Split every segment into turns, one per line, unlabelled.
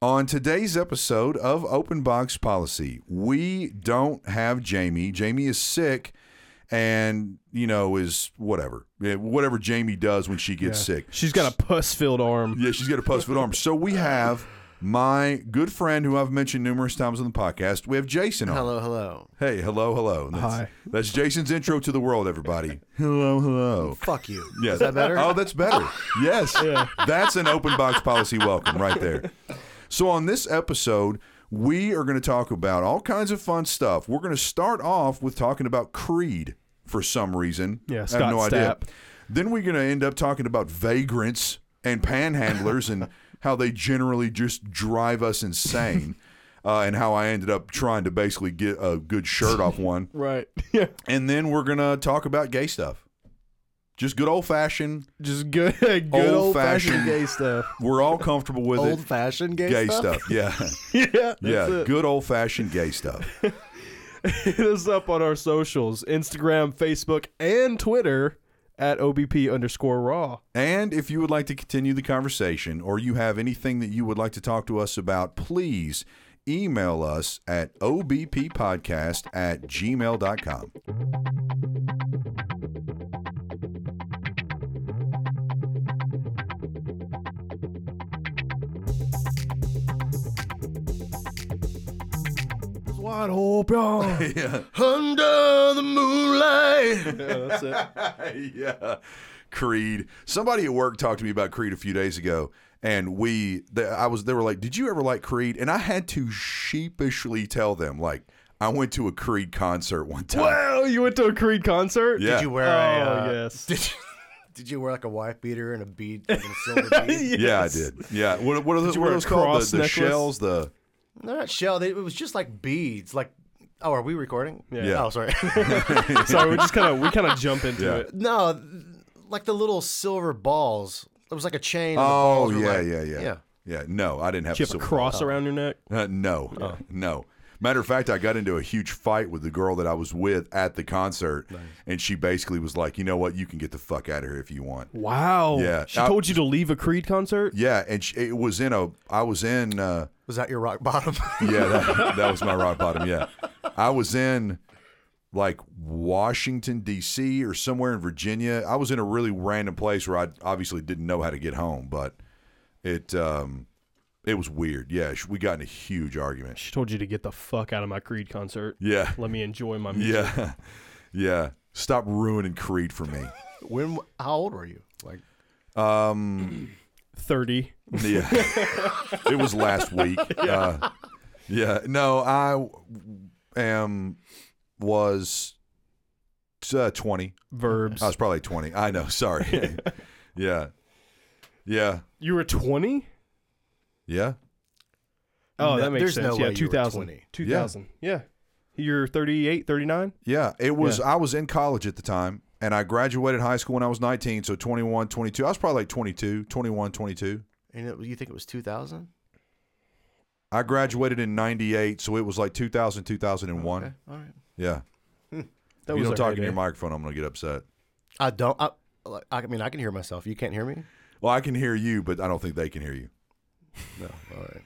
On today's episode of Open Box Policy, we don't have Jamie. Jamie is sick and, you know, is whatever. Eh, Whatever Jamie does when she gets sick.
She's got a pus filled arm.
Yeah, she's got a pus foot arm. So we have my good friend who I've mentioned numerous times on the podcast. We have Jason on.
Hello, hello.
Hey, hello, hello. That's,
Hi.
That's Jason's intro to the world, everybody. hello, hello.
Fuck you.
Yeah.
Is that better?
Oh, that's better. yes. That's an open box policy welcome right there. So on this episode, we are going to talk about all kinds of fun stuff. We're going to start off with talking about Creed for some reason.
Yeah,
I
Scott
have no idea.
Stapp.
Then we're going to end up talking about vagrants and panhandlers and how they generally just drive us insane. Uh, and how I ended up trying to basically get a good shirt off one.
Right. Yeah.
And then we're going to talk about gay stuff. Just good old fashioned
Just good, good old
Old-fashioned.
fashioned gay stuff.
We're all comfortable with
Old
it.
fashioned gay,
Gay
stuff.
stuff. Yeah.
Yeah. That's
yeah.
It.
Good old fashioned gay stuff.
Hit us up on our socials Instagram, Facebook, and Twitter at OBP underscore raw.
And if you would like to continue the conversation or you have anything that you would like to talk to us about, please email us at obppodcast at gmail.com.
Wide open.
yeah.
Under the moonlight. yeah, that's it.
yeah. Creed. Somebody at work talked to me about Creed a few days ago, and we, they, I was, they were like, "Did you ever like Creed?" And I had to sheepishly tell them, like, I went to a Creed concert one time.
Wow, you went to a Creed concert?
Yeah.
Did you wear
Oh,
a uh,
yes.
Did you wear like a wife beater and a bead, like a silver bead?
Yeah, I
Yes.
did. Yeah. What, what are those,
you
what are
wear a
those called?
cross
The, the
necklace?
shells, the.
They're not shell. They, it was just like beads. Like, oh, are we recording?
Yeah.
Oh, sorry.
Sorry, we just kind of we kind of jump into
Yeah.
it.
no, th- like the little silver balls. It was like a chain. and the
Oh,
balls were
yeah,
like-
yeah, yeah.
Yeah.
Yeah. No, I didn't have
Do you
a
have a
silver-
cross around your neck?
Uh, no. No. Matter of fact, I got into a huge fight with the girl that I was with at the concert, and she basically was like, "You know what? You can get the fuck out of here if you want."
Wow.
Yeah.
She
I-
told you to leave a Creed concert?
Yeah, and sh it was in a. I was in. Uh,
Was that your rock bottom?
yeah, that, that was my rock bottom. Yeah, I was in like Washington D.C. or somewhere in Virginia. I was in a really random place where I obviously didn't know how to get home, but it um, it was weird. Yeah, sh- we got in a huge argument.
She told you to get the fuck out of my Creed concert.
Yeah,
Let me enjoy my music.
yeah, yeah. Stop ruining Creed for me.
when? How old were you? Like,
Um,
Thirty.
Yeah, it was last week. Uh, yeah, no, I w- am was uh, twenty.
verbs.
I was probably twenty. I know. Sorry. yeah, yeah,
you were 20?
yeah.
Oh,
No,
that makes
there's
sense.
no way
yeah,
you were
2000.
20.
2000. Yeah. You're 38, 39?
Yeah, it was. I was in college at the time, and I graduated high school when I was 19, so 21, 22. I was probably like 22, 21, 22.
and it, you think it was 2000?
I graduated in 98, so it was like 2000, 2001.
Okay, all right.
Yeah.
That
if you
was
don't
our
talk in
heyday.
your microphone, I'm going to get upset.
I don't. I, like, I mean, I can hear myself. You can't hear me.
Well, I can hear you, but I don't think they can hear you.
No. All right.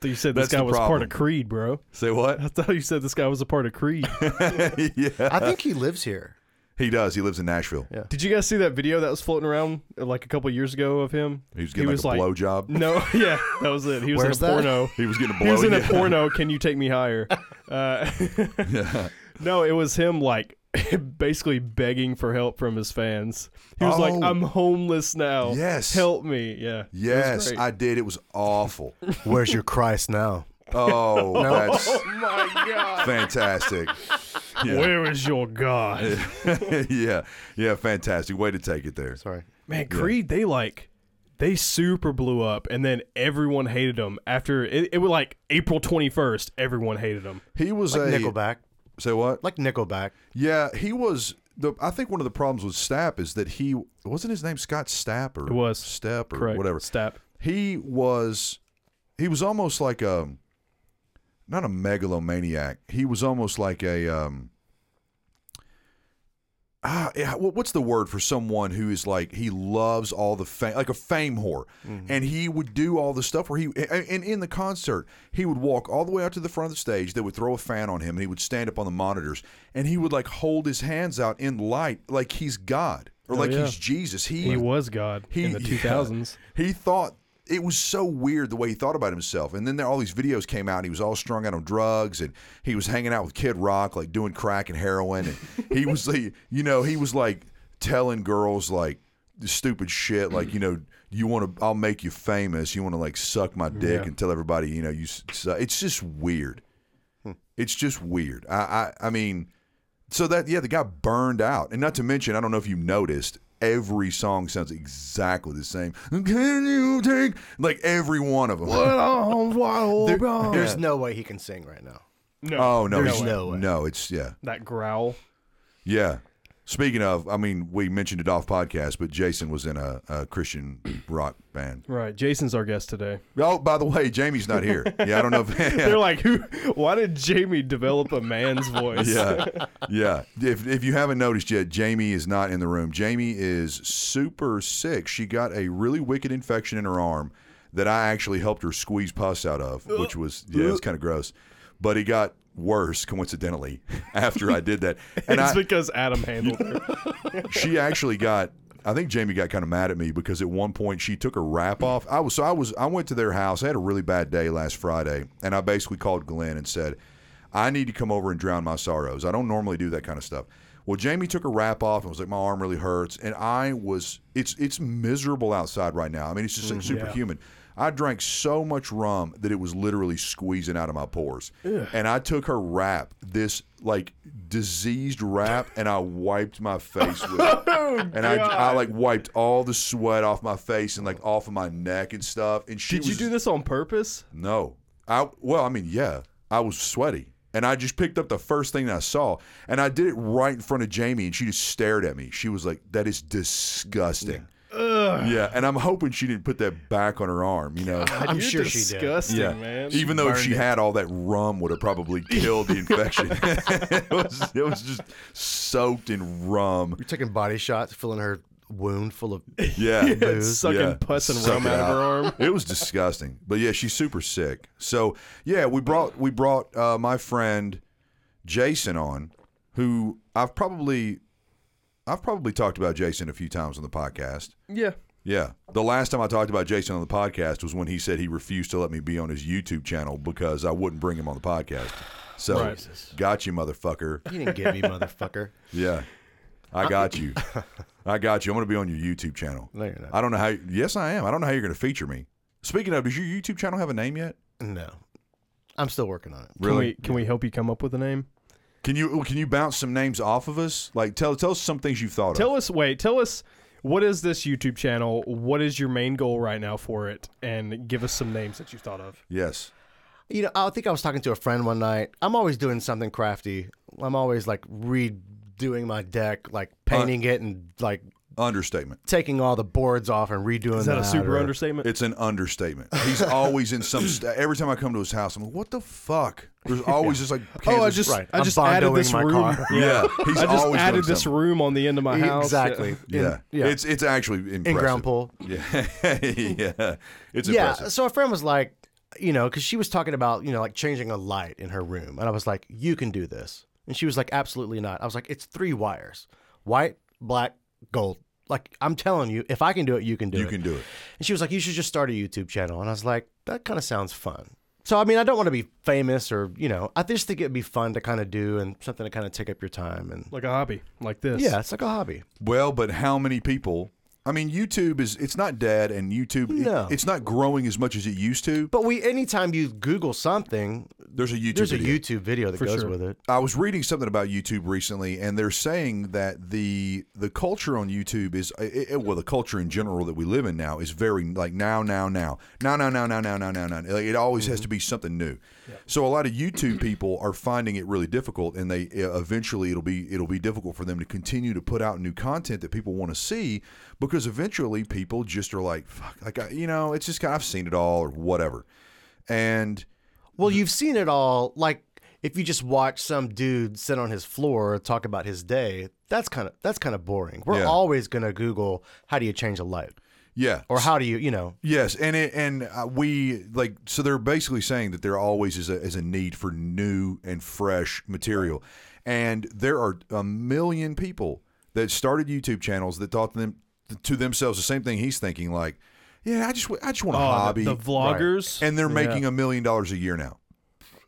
So you said this
That's the
guy was part
problem.
of Creed, bro.
Say what?
I thought you said this guy was a part of Creed. Uh-huh.
yeah.
I think he lives here.
He does. He lives in Nashville.
Yeah.
Did you guys see that video that was floating around uh, like a couple years ago of him?
He was getting
He
like
was
a
like-
blowjob.
No, yeah, that was it. He was
Where's
in a
that?
porno.
He was getting a blow.
He was in a
yeah.
porno. Can you take me higher? Uh,
Yeah.
no, it was him like basically begging for help from his fans. He was like,
Oh.
"I'm homeless now.
Yes.
help me." Yeah. It was
Yes,
great.
I did. It was awful.
Where's your Christ now?
Oh, that's
oh my god.
fantastic. Yeah.
Where is your God?
yeah. Yeah, fantastic. Way to take it there.
Sorry.
Man, Creed, they like they super blew up, and then everyone hated them after it. It was like April twenty first. Everyone hated them.
He was
Like
a
Nickelback.
Say what?
Like Nickelback.
Yeah, he was the I think one of the problems with Stapp is that he wasn't his name Scott Stapp or
It was.
Step or
Correct.
whatever.
Step.
he was he was almost like a not a megalomaniac he was almost like a um ah, yeah, what- what's the word for someone who is like he loves all the fame, like a fame whore, and he would do all the stuff where he and, and in the concert he would walk all the way out to the front of the stage. They would throw a fan on him, and he would stand up on the monitors, and he would like hold his hands out in light, like he's God or like
yeah.
he's Jesus. He
He was God in the
yeah.
2000s.
He thought it was so weird the way he thought about himself. And then there, all these videos came out. And he was all strung out on drugs, and he was hanging out with Kid Rock, like doing crack and heroin. And he was, like, you know, he was like telling girls like stupid shit, like you know, you want to, I'll make you famous. You want to like suck my dick
Yeah.
and tell everybody, you know, you. s- su-" It's just weird. It's just weird. I, I, I mean. So that yeah, the guy burned out, and not to mention, I don't know if you noticed, every song sounds exactly the same. Can you take like every one of them?
There's no way he can sing right now.
No,
Oh no,
There's
it's-
no way.
no, it's yeah,
that growl.
yeah. Speaking of, I mean, we mentioned it off podcast, but Jason was in a, a Christian rock band.
Right, Jason's our guest today.
Oh, by the way, Jamie's not here. Yeah, I don't know if
They're like, who? Why did Jamie develop a man's voice?
yeah, yeah. If if you haven't noticed yet, Jamie is not in the room. Jamie is super sick. She got a really wicked infection in her arm that I actually helped her squeeze pus out of, which was yeah, it was kind of gross. But it got worse coincidentally after I did that, and
it's
I,
because Adam handled her.
she actually got. I think Jamie got kind of mad at me because at one point she took her wrap off. I was so I was I went to their house. I had a really bad day last Friday, and I basically called Glenn and said, "I need to come over and drown my sorrows. I don't normally do that kind of stuff." Well, Jamie took her wrap off and was like, "My arm really hurts," and I was it's it's miserable outside right now. I mean, it's just like superhuman. I drank so much rum that it was literally squeezing out of my pores. And I took her wrap, this like diseased wrap, and I wiped my face with it.
Oh,
and I, I like wiped all the sweat off my face and like off of my neck and stuff. And she
Did you
was-
do this on purpose?
No, I well, I mean, yeah, I was sweaty, and I just picked up the first thing that I saw, and I did it right in front of Jamie, and she just stared at me. She was like, "That is disgusting." Yeah, and I'm hoping she didn't put that back on her arm. You know.
I'm
You're
sure she did.
disgusting, man.
Even though if she had all that rum, would have probably killed the infection. it, was, it was just soaked in rum.
You're taking body shots, filling her wound full of.
Yeah,
It's sucking
Yeah.
pus and
Suck
rum
it
out of her
out.
arm.
It was disgusting. But yeah, she's super sick. So yeah, we brought we brought uh, my friend Jason on, who I've probably I've probably talked about Jason a few times on the podcast.
Yeah.
Yeah. The last time I talked about Jason on the podcast was when he said he refused to let me be on his YouTube channel because I wouldn't bring him on the podcast. So
Right.
got you, motherfucker.
You didn't get me, motherfucker.
Yeah. I got you. I got you. I'm going to be on your YouTube channel.
No, you're not.
I don't know how. Yes, I am. I don't know how you're going to feature me. Speaking of, does your YouTube channel have a name yet?
No, I'm still working on it.
Can we can we help you come up with a name?
Can you can you bounce some names off of us? Like tell tell us some things you've thought of.
Tell us. Wait. Tell us. What is this YouTube channel? What is your main goal right now for it? And give us some names that you've thought of.
Yes.
You know, I think I was talking to a friend one night. I'm always doing something crafty. I'm always like redoing my deck, like painting it and like
Understatement.
taking all the boards off and redoing.
Is that a super
or-
understatement?
It's an understatement. He's always in some. St- every time I come to his house, I'm like, what the fuck? There's always just like.
oh, I
Kansas-
just
right.
I
I'm
just added
bondoing
this
my
room.
car.
Yeah, he's
I just
always
added
doing
this
something.
room on the end of my house.
Exactly.
Yeah.
yeah.
It's it's actually impressive.
In ground pool.
Yeah. yeah. It's
Yeah.
impressive.
So a friend was like, you know, because she was talking about, you know, like changing a light in her room. And I was like, you can do this. And she was like, absolutely not. I was like, it's three wires white, black, gold. Like, I'm telling you, if I can do it, you can do
You
it.
can do it.
And she was like, you should just start a YouTube channel. And I was like, that kind of sounds fun. So, I mean, I don't want to be famous or, you know, I just think it'd be fun to kind of do and something to kind of take up your time. And
Like a hobby, like this.
yeah, it's like a hobby.
Well, but how many people? I mean, YouTube is it's not dead, and YouTube it-
No.
it's not growing as much as it used to.
But we, anytime you Google something,
There's a YouTube.
there's
video.
a YouTube video that goes with it.
I was reading something about YouTube recently, and they're saying that the the culture on YouTube is it, it- well, the culture in general that we live in now is very like now, now, now, now, now, now, now, now, now, now, now. Like, it always
Mm-hmm.
has to be something new. So a lot of YouTube people are finding it really difficult, and they uh, eventually it'll be it'll be difficult for them to continue to put out new content that people want to see because eventually people just are like, fuck, like I, you know, it's just kind of, I've seen it all or whatever, and.
Well, you've seen it all. Like if you just watch some dude sit on his floor talk about his day, that's kind of that's kind of boring. We're
Yeah.
always gonna Google how do you change a light
Yeah.
or how do you you know
Yes, and it, and uh, we like so they're basically saying that there always is a is a need for new and fresh material, and there are a million people that started YouTube channels that thought them to themselves the same thing he's thinking like, yeah, I just w- I just want a
Oh,
hobby,
the, the vloggers.
and they're making a million dollars a year now.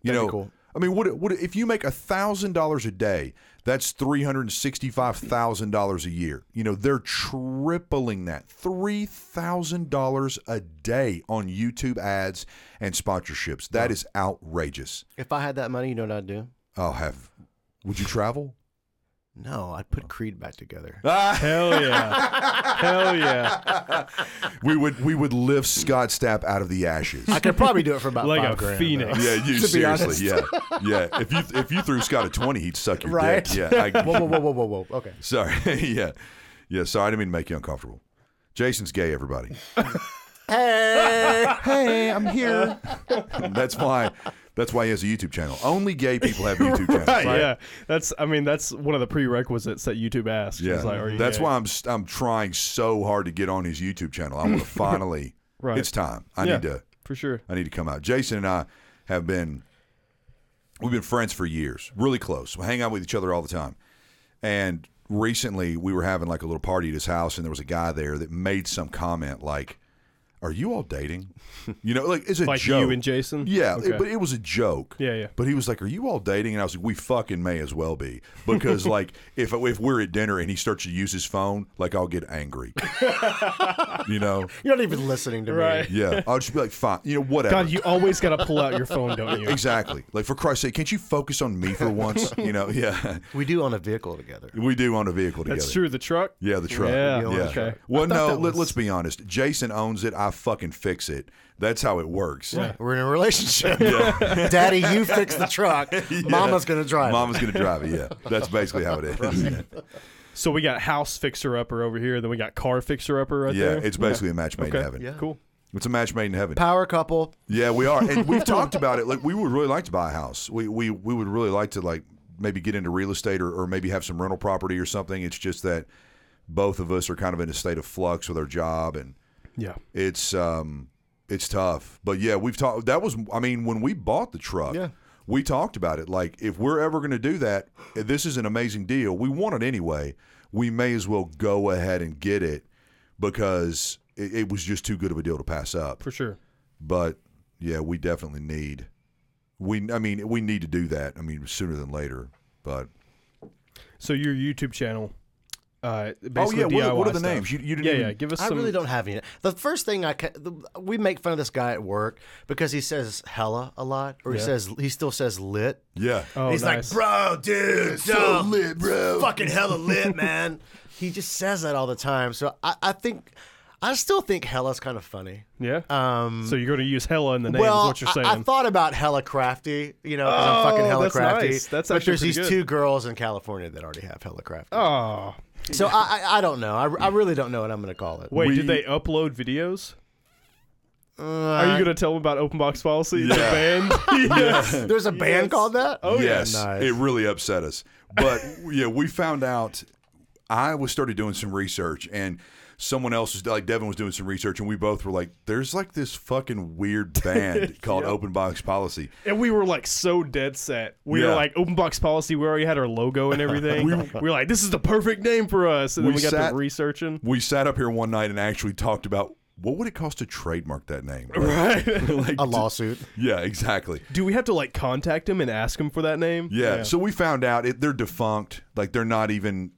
You
That'd be
know,
cool.
I mean, what what if you make a thousand dollars a day? That's three hundred sixty five thousand dollars a year. You know, they're tripling that three thousand dollars a day on YouTube ads and sponsorships. That is outrageous.
if I had that money, you know what I'd do?
I'll have. Would you travel?
No, I'd put Creed back together.
Hell yeah. Hell yeah.
we would we would lift Scott Stapp out of the ashes.
I could probably do it for about
Like
five
a
grand,
phoenix.
Yeah, you
To be
seriously. Yeah, yeah. If you if you threw Scott a twenty, he'd suck your
Right.
dick. Yeah. I,
though. Whoa, whoa, whoa, whoa, whoa, whoa. Okay.
Sorry. yeah. Yeah. Sorry. I didn't mean to make you uncomfortable. Jason's gay, everybody.
Hey,
hey, I'm here. that's why that's why he has a YouTube channel. Only gay people have YouTube channels.
Right, yeah. That's I mean that's one of the prerequisites that YouTube asks.
Yeah.
It's like, are you
that's
gay?
why I'm s- I'm trying so hard to get on his YouTube channel. I want to finally
Right.
it's time. I
Yeah.
need to
for sure.
I need to come out. Jason and I have been we've been friends for years, really close. We hang out with each other all the time. And recently we were having like a little party at his house and there was a guy there that made some comment like are you all dating? You know, like it's a
Like
joke.
you and Jason.
yeah, it-
Okay.
but it was a joke.
Yeah, yeah.
But he was like, "Are you all dating?" And I was like, "We fucking may as well be because like if if we're at dinner and he starts to use his phone, like I'll get angry. you know?
you're not even listening to
Right.
me.
Yeah, I'll just be like, "Fine, you know, whatever."
God, you always got to pull out your phone, don't you?
Exactly. Like for Christ's sake, can't you focus on me for once? You know, yeah.
We do own a vehicle together.
We do own a vehicle together.
That's true. The truck.
Yeah, the truck.
Yeah,
yeah.
okay.
Well,
thought
no,
that
let,
was-
let's be honest. Jason owns it. I fucking fix it. That's how it works.
We're in a relationship. Daddy, you fix the truck. Mama's gonna drive. it.
Mama's gonna drive it. Yeah, that's basically how it is.
So we got house fixer upper over here, then we got car fixer upper right
yeah,
there.
it's basically a match made in
Okay.
heaven.
Yeah.
cool.
It's a match made in heaven.
Power couple.
Yeah, we are, and we've talked about it. Like, we would really like to buy a house. We we we would really like to like maybe get into real estate or, or maybe have some rental property or something. It's just that both of us are kind of in a state of flux with our job, and
Yeah.
it's um it's tough. But yeah, we've talked. That was, I mean, when we bought the truck,
Yeah.
we talked about it. Like, if we're ever going to do that, this is an amazing deal. We want it anyway. We may as well go ahead and get it because it, it was just too good of a deal to pass up
For sure.
but yeah, we definitely need we I mean we need to do that. I mean sooner than later. But
So your YouTube channel. Uh,
oh
basically
yeah, what, are-
DIY
what are the
stuff.
names? You, you didn't
Yeah,
even,
yeah. Give us
I
some.
really don't have any. The first thing I ca- the, we make fun of this guy at work because he says hella a lot, or he
Yeah.
says he still says lit.
yeah.
oh,
He's
nice.
like, bro, dude,
so
duh,
lit, bro."
fucking hella lit, man. he just says that all the time. So I, I think, I still think hella's kind of funny.
yeah.
Um,
so you're going to use hella in the name
well,
is what you're
I-
saying.
I, thought about hella crafty, you know, 'cause I'm fucking
Oh,
hella
that's
crafty.
nice. That's
but
actually
there's
pretty
these
good.
two girls in California that already have hella crafty.
oh.
So I, I, I don't know. I, I really don't know what I'm gonna call it.
Wait,
We-
did they upload videos?
Uh,
Are you going to tell them about open box policy? The
Yeah.
band? yes.
There's a band called that? Oh
yes,
Nice.
it really upset us. But yeah, we found out. I was started doing some research, and someone else was like Devin was doing some research, and we both were like, "There's like this fucking weird band called Open Box Policy."
And we were like so dead set. We
Yeah.
were like open box policy. We already had our logo and everything. we, were like, this is the perfect name for us. And then
We
we got
sat-
to researching.
We sat up here one night and actually talked about what would it cost to trademark that name. Right. like,
A lawsuit.
yeah, exactly.
Do we have to like contact him and ask him for that name?
Yeah. So we found out it, they're defunct. Like they're not even.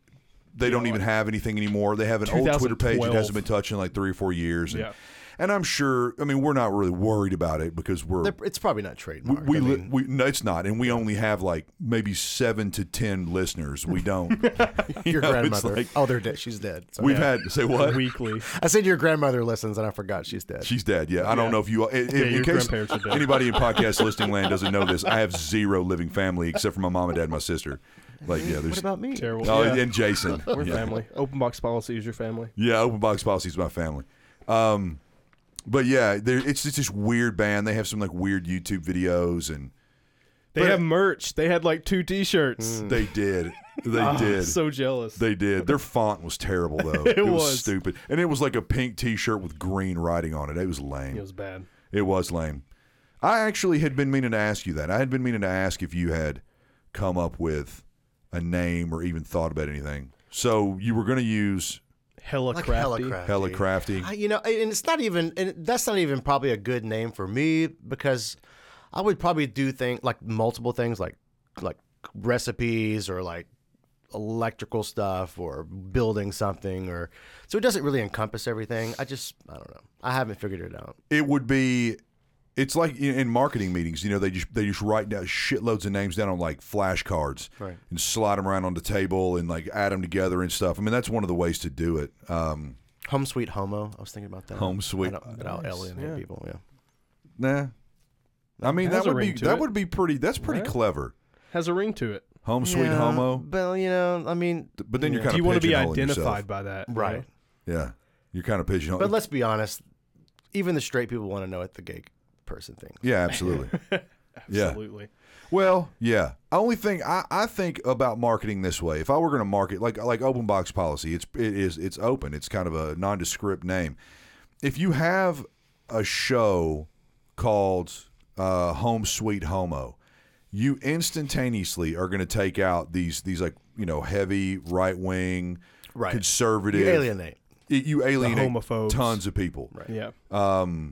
They don't even have anything anymore. They have an old Twitter page that
2012.
hasn't been touched in like three or four years. And,
Yeah.
and I'm sure. I mean, we're not really worried about it because we're
They're- It's probably not
we
trademark.
we, li- we no, it's not, and we only have like maybe seven to ten listeners. We don't.
your
know, it's
grandmother.
like-
oh, they're dead. She's dead. Sorry.
We've had say what?
Weekly.
I said your grandmother listens, and I forgot she's dead.
She's dead. Yeah, I don't know if you. uh, In, in- in
your
case
grandparents are dead.
anybody in podcast listening land doesn't know this, I have zero living family except for my mom and dad, and my sister. Like yeah,
what
there's
about me?
Terrible.
oh,
yeah.
and Jason.
We're
Yeah.
family. Open box policy is your family.
Yeah, Open Box Policy is my family. Um, but yeah, they're- it's it's this weird band. They have some like weird YouTube videos, and
They have merch. They had like two T-shirts.
They did. They
Ah,
did.
So jealous.
They did. Their font was terrible though. it, was.
was.
stupid. And it was like a pink t-shirt with green writing on it. It was lame.
it was bad.
It was lame. I actually had been meaning to ask you that. I had been meaning to ask if you had come up with a name or even thought about anything. So you were going to use
Hella
Like
crafty.
hella crafty.
Hella Crafty.
I, you know, and it's not even, and that's not even probably a good name for me because I would probably do things like multiple things, like like recipes or like electrical stuff or building something, or so it doesn't really encompass everything. I just, I don't know. I haven't figured it out.
it would be it's like in in marketing meetings you know they just they just write down shitloads of names down on like flashcards
Right.
and slide them around on the table and like add them together and stuff i mean that's one of the ways to do it um
Home sweet homo. I was thinking about that.
Home Sweet-
I don't, that I'll alienate
yeah.
people. Yeah.
nah i mean
Has
that
a
would be
ring to
that
it.
would be pretty that's pretty
Right.
clever
Has a ring to it.
home sweet
Yeah,
homo
But you know, I mean,
Th- but then
Yeah.
you're kind
Do you
of
want to be
pigeonholing
identified
yourself.
by that? you
right.
know?
yeah you're kind of
But
pigeonholing
let's be honest. Even the straight people want to know what the gay person thinks.
yeah absolutely yeah
Absolutely.
Well, yeah. Only thing I, I think about marketing this way, if I were going to market like like open box policy, it's it is it's open. It's kind of a nondescript name. If you have a show called uh, Home Sweet Homo, you instantaneously are going to take out these these like you know heavy right wing
Right.
conservative.
You alienate.
It- you alienate
homophobes.
tons of people. Right.
Uh,
Yeah.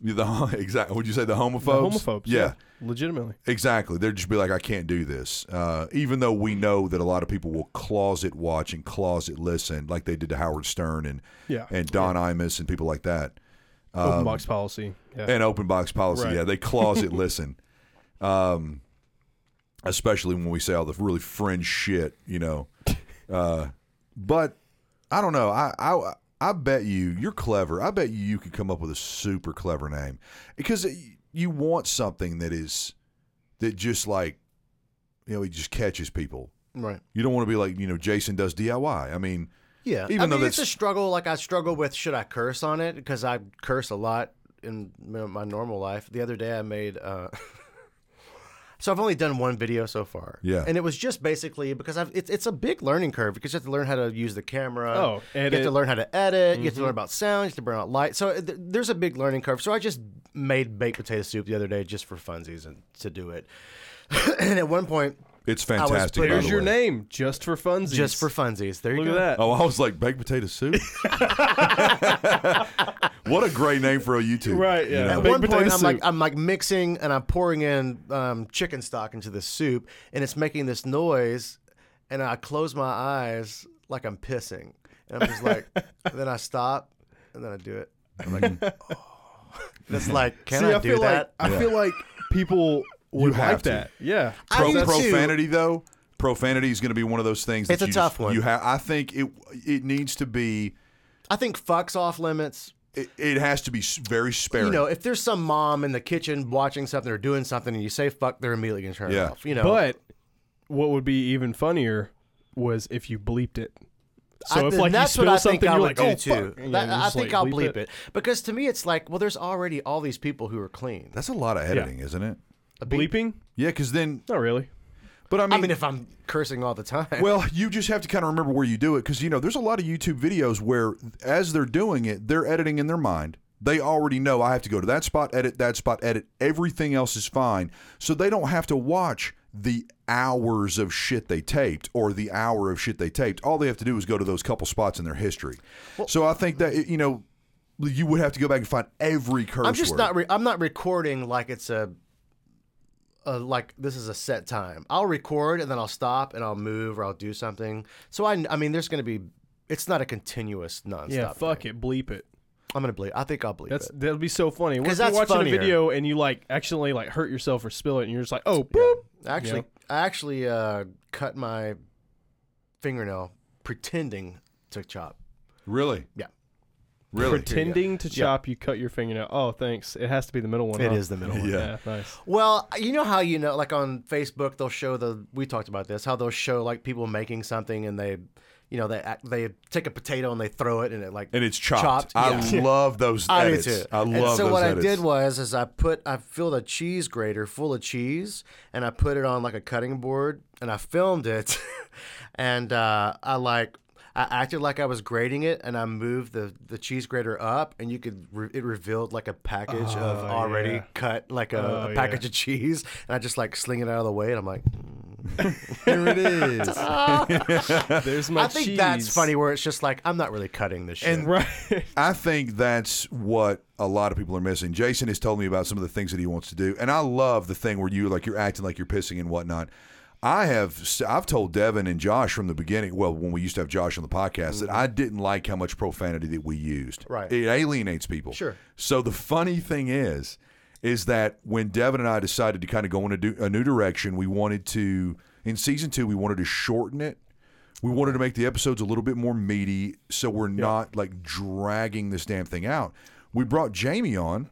The exactly. Would you say the homophobes?
The homophobes.
yeah.
Legitimately.
Exactly. They'd just be like, I can't do this. Uh, even though we know that a lot of people will closet watch and closet listen, like they did to Howard Stern and
Yeah.
and Don Imus and people like that.
um,
Open box policy. Yeah.
And open box policy.
Right.
Yeah, they closet listen. Um, especially when we say all the really fringe shit, you know. Uh, but I don't know. I, I I bet you you're clever. I bet you you could come up with a super clever name because you want something that is that just like you know it just catches people.
Right.
You don't want to be like you know Jason does DIY. I mean,
Yeah.
Even
I
though
mean, it's a
that's-
struggle. Like I struggle with should I curse on it because I curse a lot in m- my normal life. The other day I made. Uh, So I've only done one video so far,
Yeah.
and it was just basically because I've it's, it's a big learning curve because you have to learn how to use the camera,
Oh,
you have to
edit. Mm-hmm.
learn how to edit, you have to learn about sound, you have to learn about light. So uh, th- there's a big learning curve. So I just made baked potato soup the other day just for funsies and to do it. and at one point,
it's
was
fantastic. by
putting-
the
There's your
way.
name, just for funsies.
just for funsies, there you
Look
go.
at that.
Oh, I was like baked potato soup. what a great name for a YouTube.
Right, yeah.
you know?
At
Baked
one
potato
point, I'm like
soup.
I'm like mixing and I'm pouring in um, chicken stock into this soup, and it's making this noise, and I close my eyes like I'm pissing, and I'm just like, and then I stop, and then I do it. I'm like, oh. That's like, can
See,
I,
I,
do
feel
that?
like I feel like people would
have
like
to.
that. Yeah.
I
Pro-
do too.
profanity though, profanity is going to be one of those things. That
It's a
you
tough
just-
one.
You have. I think it it needs to be.
I think fucks off limits.
It, it has to be s- very sparing.
You know, if there's some mom in the kitchen watching something or doing something, and you say fuck, they're immediately gonna turn it
Yeah.
off. You know,
But what would be even funnier was if you bleeped it. So
I-
if
and
like you
that's
spill
what I
something,
think I
you're
would
like, oh,
do too.
fuck. And
That-
you
I
just,
think
like,
I'll
bleep
bleep it. because to me it's like, well, there's already all these people who are clean.
that's a lot of editing, isn't it?
Bleeping?
Yeah, because then.
Not really.
But I
I
mean,
mean, if I'm cursing all the time,
well, you just have to kind of remember where you do it because you know there's a lot of YouTube videos where as they're doing it, they're editing in their mind. They already know I have to go to that spot, edit that spot, edit. Everything else is fine, so they don't have to watch the hours of shit they taped or the hour of shit they taped. All they have to do is go to those couple spots in their history. so I think that you know you would have to go back and find every curse
I'm just
word.
not. Re- I'm not recording like it's a, a like this is a set time. I'll record and then I'll stop and I'll move or I'll do something. So I, I mean, there's going to be. It's not a continuous nonstop.
Yeah, fuck it. Bleep it.
I'm gonna bleep. I think I'll bleep
That's
it.
that'd be so funny. What
'Cause
if you're
that's
watching
funnier.
a video and you like accidentally like hurt yourself or spill it and you're just like, oh boop.
Actually, I actually uh, cut my fingernail pretending to chop.
really,
Yeah.
really.
Pretending to chop, you cut your fingernail. Oh, thanks. It has to be the middle one.
It
huh?
is the middle one.
Yeah, nice.
Well, you know how you know, like on Facebook, they'll show the. We talked about this. How they'll show like people making something, and they you know, they act- they take a potato and they throw it and it like
and it's chopped. I
yeah.
love those
I
edits.
did too.
I love
and so
those
what
edits.
I did was is I put I filled a cheese grater full of cheese and I put it on like a cutting board and I filmed it and uh, I like I acted like I was grating it and I moved the, the cheese grater up and you could re- it revealed like a package of
Oh,
already
yeah.
cut like a,
Oh,
a package of cheese and I just like sling it out of the way and I'm like
Here it is.
There's my
I think that's funny where it's just like I'm not really cutting this shit.
And-
Right.
I think that's what a lot of people are missing. Jason has told me about some of the things that he wants to do, and I love the thing where you like you're acting like you're pissing and whatnot. I have I've told Devin and Josh from the beginning. Well, when we used to have Josh on the podcast, that I didn't like how much profanity that we used.
Right.
it alienates people.
Sure.
So the funny thing is, is that when Devin and I decided to kind of go in a, do, a new direction, we wanted to in season two we wanted to shorten it. We wanted to make the episodes a little bit more meaty, so we're not like dragging this damn thing out. We brought Jamie on,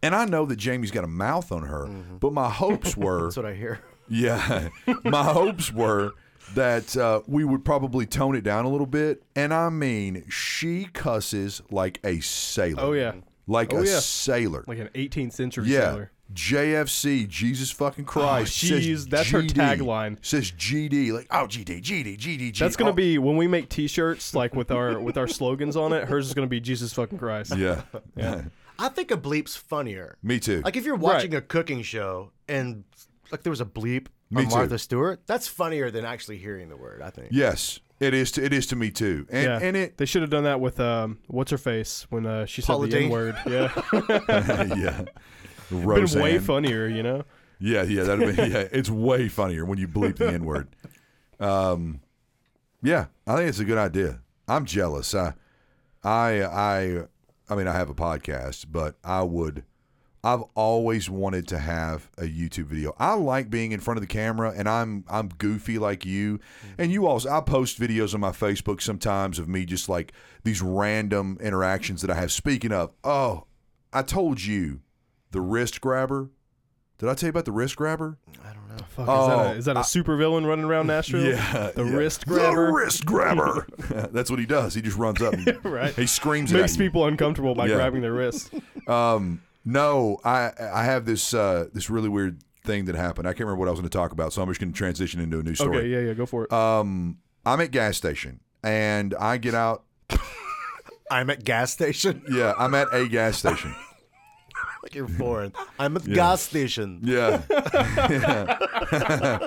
and I know that Jamie's got a mouth on her,
Mm-hmm.
but my hopes were
that's what I hear.
yeah. My hopes were that uh, we would probably tone it down a little bit. And I mean, she cusses like a sailor.
Oh, yeah.
Like
Oh,
a
yeah.
sailor.
Like an 18th century
yeah.
sailor.
JFC, Jesus fucking Christ.
she
says
used- that's her
GD,
tagline.
Says GD, like oh GD, GD, GD, GD.
That's gonna
oh.
be when we make T-shirts like with our with our slogans on it. Hers is gonna be Jesus fucking Christ.
yeah. yeah.
I think a bleep's funnier.
Me too.
Like if you're watching a cooking show and like there was a bleep
Me
on
too.
Martha Stewart, that's funnier than actually hearing the word. I think.
yes, it is. To, it is to me too. And
Yeah.
and it.
They should have done that with um, what's her face when uh, she said
Paula
the
Deen.
N word. Yeah,
yeah.
been way
Roseanne.
funnier, you know.
Yeah, yeah, that'd be yeah. It's way funnier when you bleep the N word. Um, yeah, I think it's a good idea. I'm jealous. I, I, I, I mean, I have a podcast, but I would. I've always wanted to have a YouTube video. I like being in front of the camera, and I'm I'm goofy like you, and you also. I post videos on my Facebook sometimes of me just like these random interactions that I have. Speaking of, oh, I told you the wrist grabber. Did I tell you about the wrist grabber?
I don't know.
Fuck, is
Oh,
that a, is that a
I-
supervillain running around Nashville? the
yeah.
wrist
The
grabber
wrist grabber. That's what he does. He just runs up. And
Right.
He screams. it
makes
at you.
people uncomfortable by
Yeah.
grabbing their wrists.
Um, no, I I have this uh, this really weird thing that happened. I can't remember what I was going to talk about, so I'm just going to transition into a new story.
Okay, yeah, yeah, go for it.
Um, I'm at gas station and I get out.
I'm at gas station.
Yeah, I'm at a gas station.
like you're foreign. I'm at gas station.
Yeah. Yeah.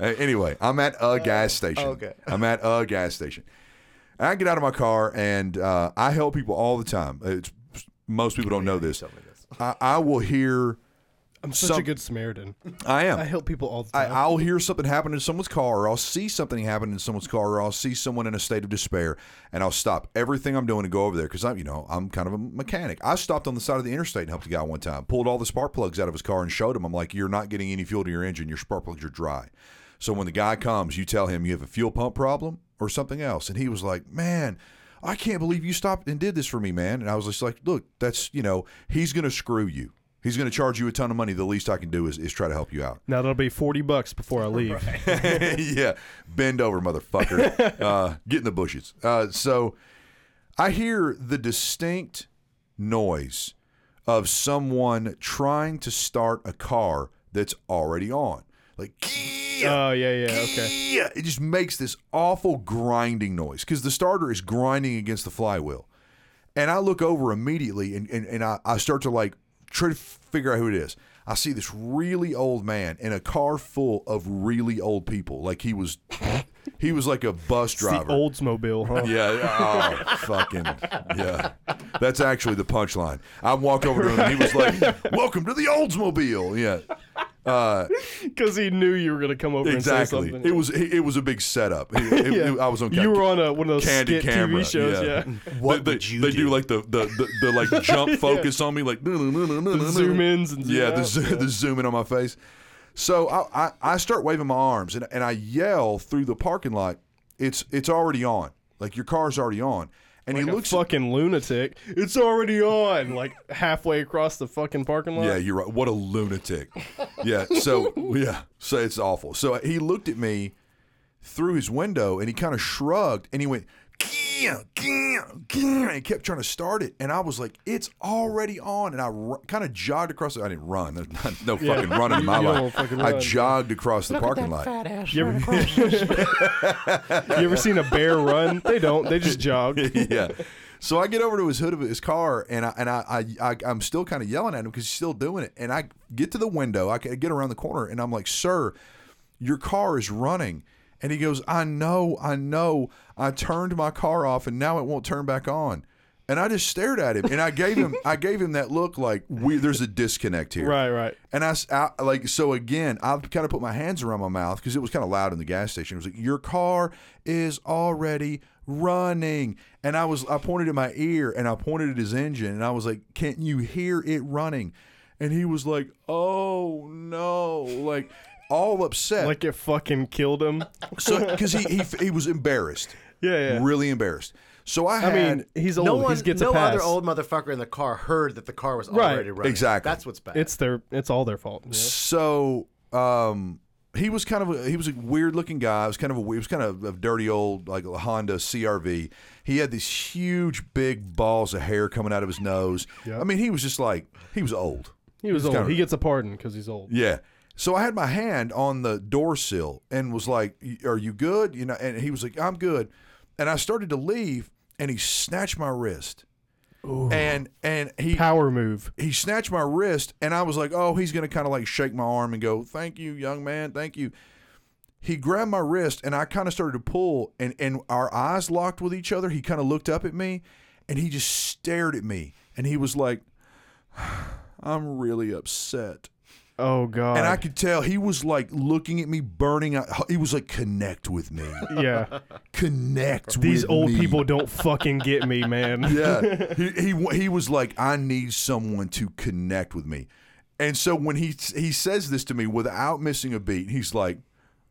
anyway, I'm at a gas station.
okay.
I'm at a gas station. I get out of my car and uh, I help people all the time. It's most people don't know this. I, I will hear.
I'm such
some-
a good Samaritan.
I am.
I help people all the
I,
time.
I'll hear something happen in someone's car, or I'll see something happen in someone's car, or I'll see someone in a state of despair, and I'll stop everything I'm doing and go over there because I'm, you know, I'm kind of a mechanic. I stopped on the side of the interstate and helped a guy one time, pulled all the spark plugs out of his car and showed him. I'm like, you're not getting any fuel to your engine. Your spark plugs are dry. So when the guy comes, you tell him you have a fuel pump problem or something else, and he was like, man. I can't believe you stopped and did this for me, man. And I was just like, look, that's, you know, he's going to screw you. He's going to charge you a ton of money. The least I can do is, is try to help you out.
now that'll be forty bucks before I leave.
yeah, bend over, motherfucker. uh, get in the bushes. Uh, so I hear the distinct noise of someone trying to start a car that's already on. Like, "Kia,
Oh yeah, yeah, okay.
kia." it just makes this awful grinding noise because the starter is grinding against the flywheel. And I look over immediately and, and, and I, I start to like try to figure out who it is. I see this really old man in a car full of really old people. Like he was, he was like a bus
It's the
driver.
Oldsmobile, huh?
yeah, oh, fucking yeah. That's actually the punchline. I walked over to him and he was like, "Welcome to the Oldsmobile." Yeah,
Because he knew you were gonna come over and say
exactly.
something.
It was it, it was a big setup. It- it-
Yeah.
I was on.
You were on a, one of those
Candy
skit
camera,
TV shows,
yeah.
yeah.
What they,
would you
they
do?
like the the, the, the like jump focus on me like no no no no no no
Zoom ins and zoom
yeah, the,
outs.
zo- the zooming on my face. So I, I, I start waving my arms and, and I yell through the parking lot. It's it's already on. Like your car's already on. And he
Like a
looks.
fucking lunatic. It's already on, like halfway across the fucking parking lot.
yeah, you're right. What a uh, lunatic. yeah. So yeah. So it's awful. So he looked at me, through his window and he kind of shrugged and he went, "Gah, gah, gah," and kept trying to start it. And I was like, it's already on. And I kind of jogged across the I didn't run. There's not- no fucking running in my
You don't
life.
fucking
I
run.
jogged across the parking lot.
ass
You ever, You ever seen a bear run? They don't. They just jog.
yeah. So I get over to his hood of his car, and I and I, I, I I'm still kind of yelling at him because he's still doing it. And I get to the window, I ca- get around the corner, and I'm like, "Sir, your car is running." And he goes, "I know, I know. I turned my car off, and now it won't turn back on." And I just stared at him, and I gave him I gave him that look like we, there's a disconnect here,
Right, right.
and I, s- I- like so again. I kind of put my hands around my mouth because it was kind of loud in the gas station. It was like your car is already running, and I was I pointed at my ear and I pointed at his engine, and I was like, "Can't you hear it running?" And he was like, "Oh no!" Like all upset,
Like it fucking killed him.
so because he, he he was embarrassed,
Yeah, yeah.
really embarrassed. So I
I
had
mean, he's old.
No one,
he gets
no
a pass.
other old motherfucker in the car heard that the car was
Right.
already running.
Exactly.
That's what's bad.
it's their. It's all their fault. Yeah.
So um, he was kind of a, he was a weird looking guy. It was kind of a he was kind of a dirty old like a Honda CRV. He had these huge big balls of hair coming out of his nose. I mean, he was just like he was old.
He was
He's
old.
kinda-
he gets a pardon because he's old.
Yeah. So I had my hand on the door sill and was like, "Y- "Are you good?" You know, and he was like, "I'm good." And I started to leave, and he snatched my wrist. And and he
Power move.
he snatched my wrist and I was like, oh, he's going to kind of like shake my arm and go, thank you, young man, thank you. He grabbed my wrist and I kind of started to pull and, and our eyes locked with each other. He kind of looked up at me and he just stared at me and he was like, I'm really upset.
Oh god.
And I could tell he was like looking at me, burning. out- He was like, connect with me.
yeah.
Connect
These
with
old
me."
people don't fucking get me, man.
yeah. He, he wa- he was like, I need someone to connect with me. And so when he he says this to me without missing a beat, he's like,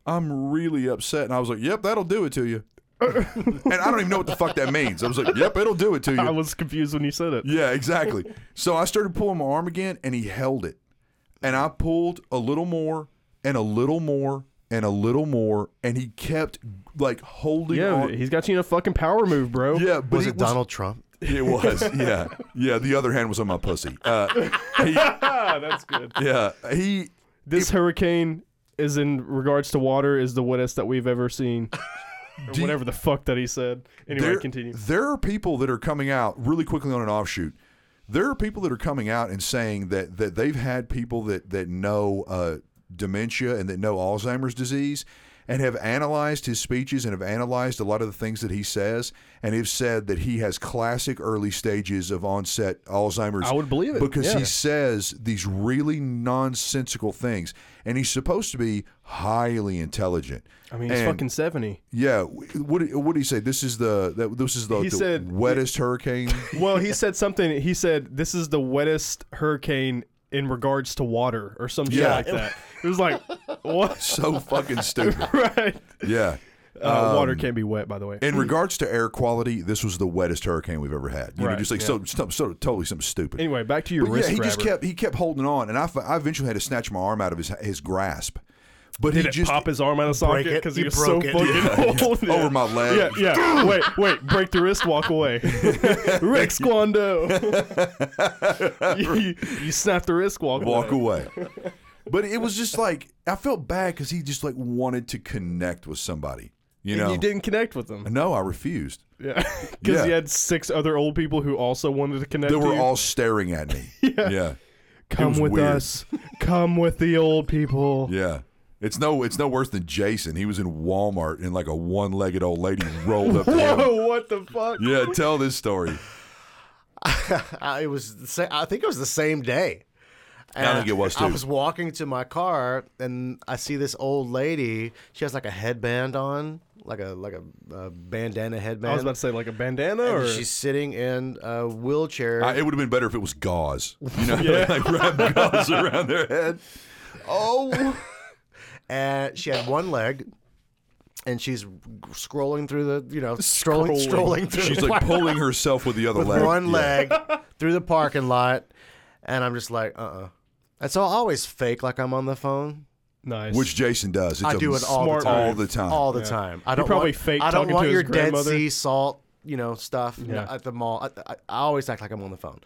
I'm really upset. And I was like, Yep, that'll do it to you. and I don't even know what the fuck that means. I was like, Yep, it'll do it to
I
you.
was confused when you said it.
Yeah, exactly. So I started pulling my arm again and he held it. And I pulled a little more and a little more and a little more and he kept like holding
Yeah,
on.
he's got you in a fucking power move, bro.
yeah, but
was it
was
Donald Trump?
it was, yeah, yeah. The other hand was on my pussy. Uh,
Ah, that's good.
yeah, he.
This hurricane is in regards to water is the wettest that we've ever seen. Or
Do you-
whatever the fuck that he said. Anyway,
there,
continue.
There are people that are coming out really quickly on an offshoot. There are people that are coming out and saying that that they've had people that that know uh, dementia and that know Alzheimer's disease. And have analyzed his speeches and have analyzed a lot of the things that he says, and have said that he has classic early stages of onset Alzheimer's.
I would believe it,
because
yeah.
he says these really nonsensical things, and he's supposed to be highly intelligent.
I mean, he's
And-
fucking 70.
Yeah, what did- what did he say? This is the that, this is the,
He
the
said-
wettest hurricane.
Well, he said something. He said, This is the wettest hurricane in regards to water or some shit
Yeah.
like that. It was like, What?
so fucking stupid.
right.
Yeah. Um,
Uh, water can't be wet, by the way.
In regards to air quality, this was the wettest hurricane we've ever had. You know,
Right,
just like so, so, so totally something stupid.
Anyway, back to your
But
wrist
yeah, he just
grabber.
kept he kept holding on, and I, fi- I eventually had to snatch my arm out of his his grasp. But
Did
he
it
just
pop his arm out of socket
it.
because he
You
was so
broke it.
fucking old? Yeah.
over my leg.
Yeah, yeah. wait, wait. Break the wrist, walk away. Rick Squando. you, you snap the wrist, walk,
walk
away.
away. But it was just like I felt bad because he just like wanted to connect with somebody. You
And
know,
you didn't connect with them.
no, I refused.
Yeah. Because
Yeah.
you had six other old people who also wanted to connect
They
to
were
you.
all staring at me. yeah. it
Come
was
with
weird.
us. Come with the old people.
Yeah. It's no it's no worse than Jason. He was in Walmart and like a one legged old lady rolled up to him.
Whoa, Oh, what the fuck?
Yeah, tell this story.
I, it was the sa- I think it was the same day. And
think it was,
I
too.
was walking to my car and I see this old lady. She has like a headband on, like a like a, uh bandana headband.
I was about to say, like a bandana
and
or.
she's sitting in a wheelchair.
I, it would have been better if it was gauze. You know, like wrap gauze around their head.
Oh. and she had one leg, and she's scrolling through the, you know, strolling,
Scrolling.
strolling through
She's
the
like pulling herself with the other leg.
one
Yeah.
leg through the parking lot, and I'm just like, uh, uh-uh. uh. And so I always fake like I'm on the phone.
Nice.
which Jason does. It's
I
a
do it all
smart
the time.
all the time.
All the time. I don't
probably
want,
fake
I don't
talking
want
to
your
his
Dead
grandmother.
Sea salt, you know, stuff you know,
Yeah.
at the mall. I, I, I always act like I'm on the phone.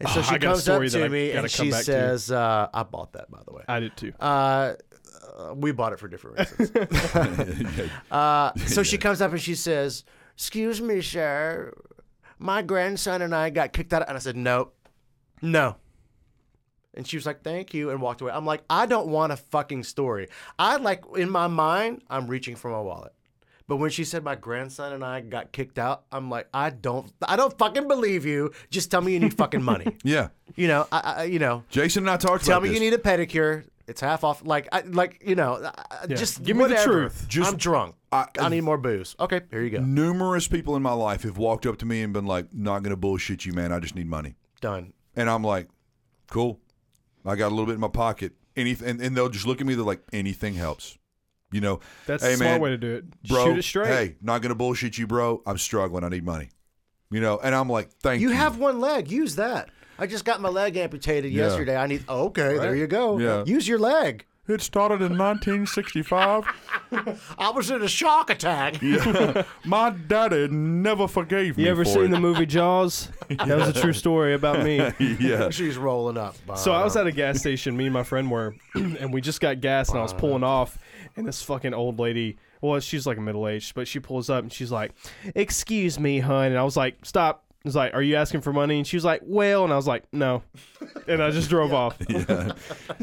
And
Ah,
so
I
she
got a
comes
story
up
that I
to me
gotta
and
come
she
back to.
says, uh, "I bought that, by the way.
I did too.
Uh, uh, we bought it for different reasons." Uh, so she comes up and she says, "Excuse me, sir, my grandson and I got kicked out." And I said, "No, no." And she was like, "Thank you," and walked away. I'm like, "I don't want a fucking story." I like in my mind, I'm reaching for my wallet. But when she said my grandson and I got kicked out, I'm like, "I don't, I don't fucking believe you. Just tell me you need fucking money."
yeah.
You know, I, I you know,
Jason and I talked
tell
about
me
this.
you need a pedicure. It's half off. Like, I, like you know, I- I- just
Give me the
whatever.
truth.
Just-
I'm drunk. I, need more booze. Okay, here you go.
Numerous people in my life have walked up to me and been like, "Not gonna bullshit you, man. I just need money."
Done.
And I'm like, cool. I got a little bit in my pocket. Anything, and, and they'll just look at me. They're like, anything helps. You know,
That's
hey,
a smart
man,
way to do it.
bro.
Shoot it straight.
Hey, not gonna bullshit you, bro. I'm struggling. I need money. You know, and I'm like, thank you.
You have one leg. Use that. I just got my leg amputated
Yeah.
yesterday. I need. oh, Okay, there you go.
Yeah.
Use your leg.
It started in 1965.
I was in a shock attack.
My daddy never forgave me
You ever
for
seen
it.
the movie Jaws? That was a true story about me.
yeah.
She's rolling up.
So I was
Uh,
at a gas station. Me and my friend were, and we just got gas, and I was
Uh.
pulling off, and this fucking old lady. Well, she's like middle aged, but she pulls up and she's like, "Excuse me, hun," and I was like, "Stop." I was like, "Are you asking for money?" And she was like, "Well," and I was like, "No," and I just drove off. He's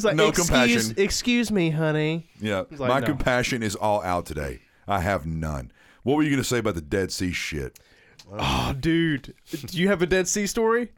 like,
No
excuse,
compassion.
Excuse me, honey.
Yeah.
like,
My
no.
compassion is all out today. I have none. What were you gonna say about the Dead Sea shit?
Oh, dude, do you have a Dead Sea story?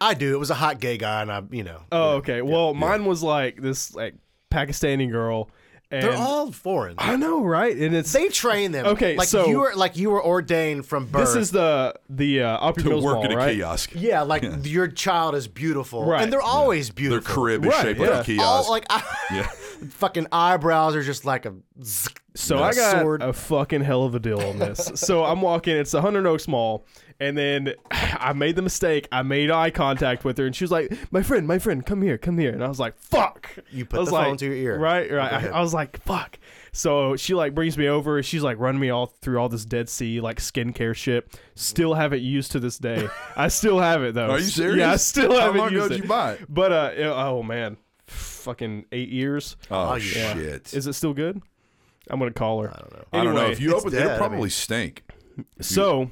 I do. It was a hot gay guy, and I, you know,
Oh, okay. Well, mine was like this, like Pakistani girl, and
they're all foreign.
I know, right? And it's
They train them.
Okay,
like
so-
you were like you were ordained from birth.
this is the the uh, Opry
To
Mills
work
Mall,
at a
right?
kiosk.
yeah, like your child is beautiful,
Right.
and they're always
Their
beautiful.
crib is
Right,
shaped
yeah.
like a kiosk.
all like
yeah.
fucking eyebrows are just like a zzz.
So
Yeah.
I got
Sword.
a fucking hell of a deal on this. so I'm walking. It's the Hundred Oaks Mall, and then I made the mistake. I made eye contact with her, and she was like, "My friend, my friend, come here, come here." And I was like, "Fuck!"
You put
I was
the
like,
phone to your ear.
Right, right. I, I was like, "Fuck." So she like brings me over. She's like running me all through all this Dead Sea like skincare shit. Still haven't used to this day. I still have it though.
Are you serious?
Yeah, I still
How
haven't
long ago
used
did
it.
you buy it?
But uh, it- oh man, fucking eight years.
Oh,
Oh, yeah.
shit.
Is it still good? I'm gonna call her. I don't know.
I don't know if you
it's
open.
dead, I
They'll
mean.
probably stink.
so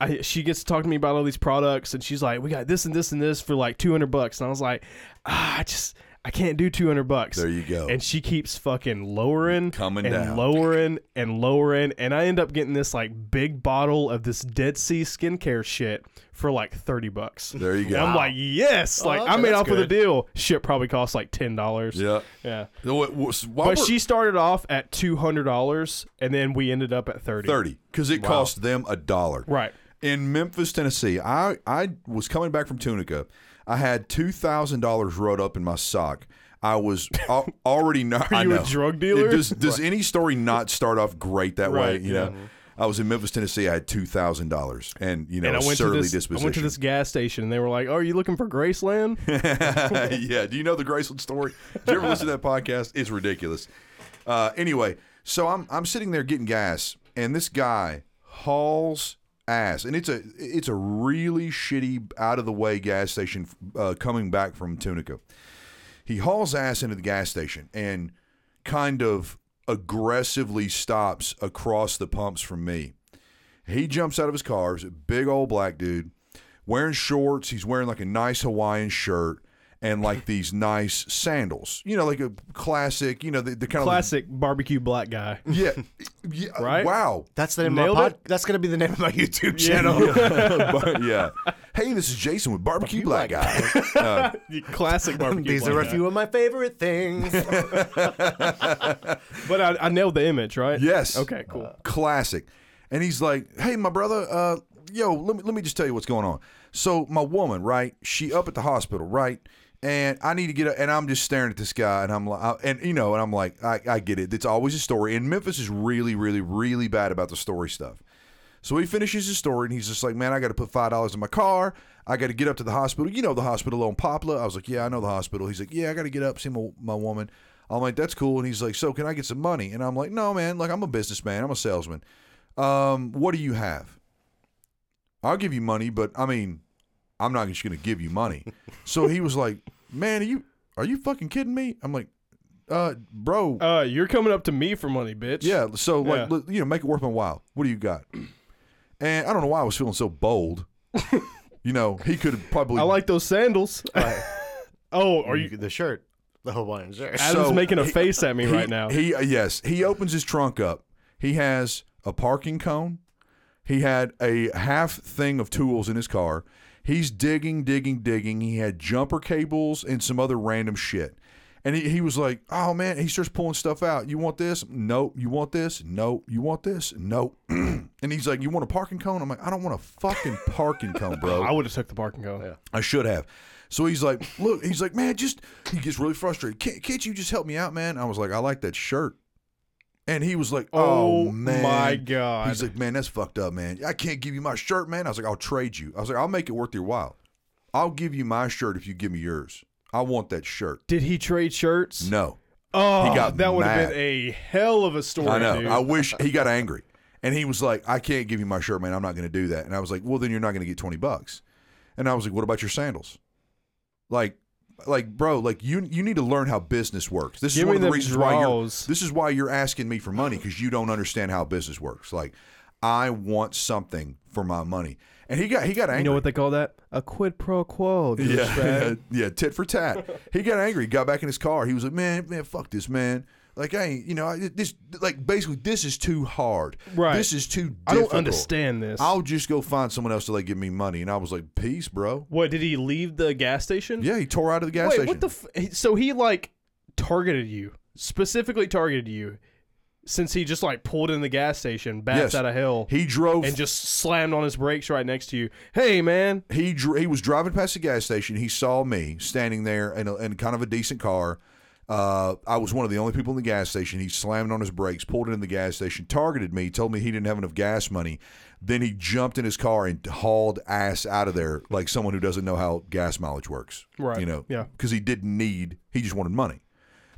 I, she gets to talk to me about all these products, and she's like, "We got this and this and this for like 200 bucks," and I was like, "Ah, I just." I can't do 200 bucks.
There you go.
And she keeps fucking lowering
Coming
and
down.
lowering and lowering and I end up getting this like big bottle of this Dead Sea skincare shit for like 30 bucks.
There you go.
And I'm like, "Yes, like
Oh, okay,
I made
that's
off with a
good.
deal. Shit probably costs like $10."
yeah.
Yeah.
No, what- what's- why
But
were-
she started off at $200 and then we ended up at 30.
30 because it cost them a dollar.
Right.
In Memphis, Tennessee, I, I was coming back from Tunica. I had $2,000 rolled up in my sock. I was al- already not. I
you a
know.
drug dealer?
does does any story not start off great that way?
Right,
You know, I was in Memphis, Tennessee. I had $2,000 and, you know,
and I
a
went to
surly
this.
disposition.
I went to this gas station, and they were like, "Oh, are you looking for Graceland?"
yeah. Do you know the Graceland story? Did you ever listen to that podcast? It's ridiculous. Uh, anyway, so I'm I'm sitting there getting gas, and this guy hauls ass, and it's a it's a really shitty out of the way gas station uh, coming back from Tunica. He hauls ass into the gas station and kind of aggressively stops across the pumps from me. He jumps out of his car. He's a big old black dude wearing shorts. He's wearing like a nice Hawaiian shirt and like these nice sandals. You know, like a classic, you know, the, the kind
Classic barbecue black guy.
of. Yeah. yeah
Right?
Wow.
That's the name
Nailed
of my
it.
pod- That's gonna be the name of my YouTube
Yeah.
channel.
But, yeah. Hey, this is Jason with Barbecue Black Guy.
Classic barbecue.
These
black
are a
guy.
few of my favorite things.
But I, I nailed the image, right?
Yes. Uh,
Okay. Cool.
classic. And he's like, "Hey, my brother, uh, yo, let me let me just tell you what's going on. So my woman, right? She up at the hospital, right? And I need to get a, and I'm just staring at this guy, and I'm like, I, and you know, and I'm like, I, I get it. It's always a story. And Memphis is really, really, really bad about the story stuff. So he finishes his story and he's just like, Man, I got to put $5 in my car. I got to get up to the hospital. You know, the hospital on Poplar. I was like, Yeah, I know the hospital. He's like, Yeah, I got to get up, see my, my woman. I'm like, that's cool. And he's like, so can I get some money? And I'm like, no, man. Like, I'm a businessman. I'm a salesman. Um, what do you have? I'll give you money, but I mean, I'm not just going to give you money. so he was like, man, are you are you fucking kidding me? I'm like, uh, bro,
Uh, you're coming up to me for money, bitch.
yeah. So like,
Yeah.
li- you know, make it worth my while. What do you got? And I don't know why I was feeling so bold. you know, he could have probably.
I like those sandals. oh, are you?
the shirt, the Hawaiian shirt?
Adam's
So,
making a
he-
face at me
he,
right now.
He uh, yes, he opens his trunk up. He has a parking cone. He had a half thing of tools in his car. He's digging, digging, digging. He had jumper cables and some other random shit. And he, he was like, oh man, he starts pulling stuff out. You want this? Nope. You want this? Nope. You want this? Nope. and he's like, you want a parking cone? I'm like, I don't want a fucking parking cone, bro.
I would have took the parking cone.
I should have. So he's like, look, he's like, man, just, he gets really frustrated. Can't, can't you just help me out, man? I was like, I like that shirt. And he was like, oh,
Oh,
man.
my God.
He's like, man, that's fucked up, man. I can't give you my shirt, man. I was like, I'll trade you. I was like, I'll make it worth your while. I'll give you my shirt if you give me yours. I want that shirt.
Did he trade shirts?
No.
Oh,
He got
that would have
mad.
been a hell of a story.
I know.
Dude.
I wish he got angry. And he was like, I can't give you my shirt, man. I'm not going to do that. And I was like, well, then you're not going to get 20 bucks. And I was like, what about your sandals? Like, like, bro, like you you need to learn how business works. This
Give
is one
me
of the
them
reasons why you're
draws.
this is why you're asking me for money because you don't understand how business works. Like, I want something for my money. And he got he got angry.
you know what they call that? A quid pro quo.
Yeah,
Yeah.
yeah, tit for tat. He got angry. He got back in his car. He was like, "Man, man, fuck this, man! Like, I ain't, you know, I, this, like, basically, this is too hard.
Right.
This is too. Difficult.
I don't understand this.
I'll just go find someone else to like give me money." And I was like, "Peace, bro."
what did he leave the gas station?
Yeah, he tore out of the gas
Wait,
station.
what the? F- so he like targeted you specifically targeted you since he just like pulled in the gas station, bats
Yes.
out of hell,
he drove.
and just slammed on his brakes right next to you. Hey man,
he dr- he was driving past the gas station. He saw me standing there in, a, in kind of a decent car. Uh, I was one of the only people in the gas station. He slammed on his brakes, pulled into the gas station, targeted me, told me he didn't have enough gas money. Then he jumped in his car and hauled ass out of there like someone who doesn't know how gas mileage works.
Right.
You know,
Yeah.
Because he didn't need, he just wanted money.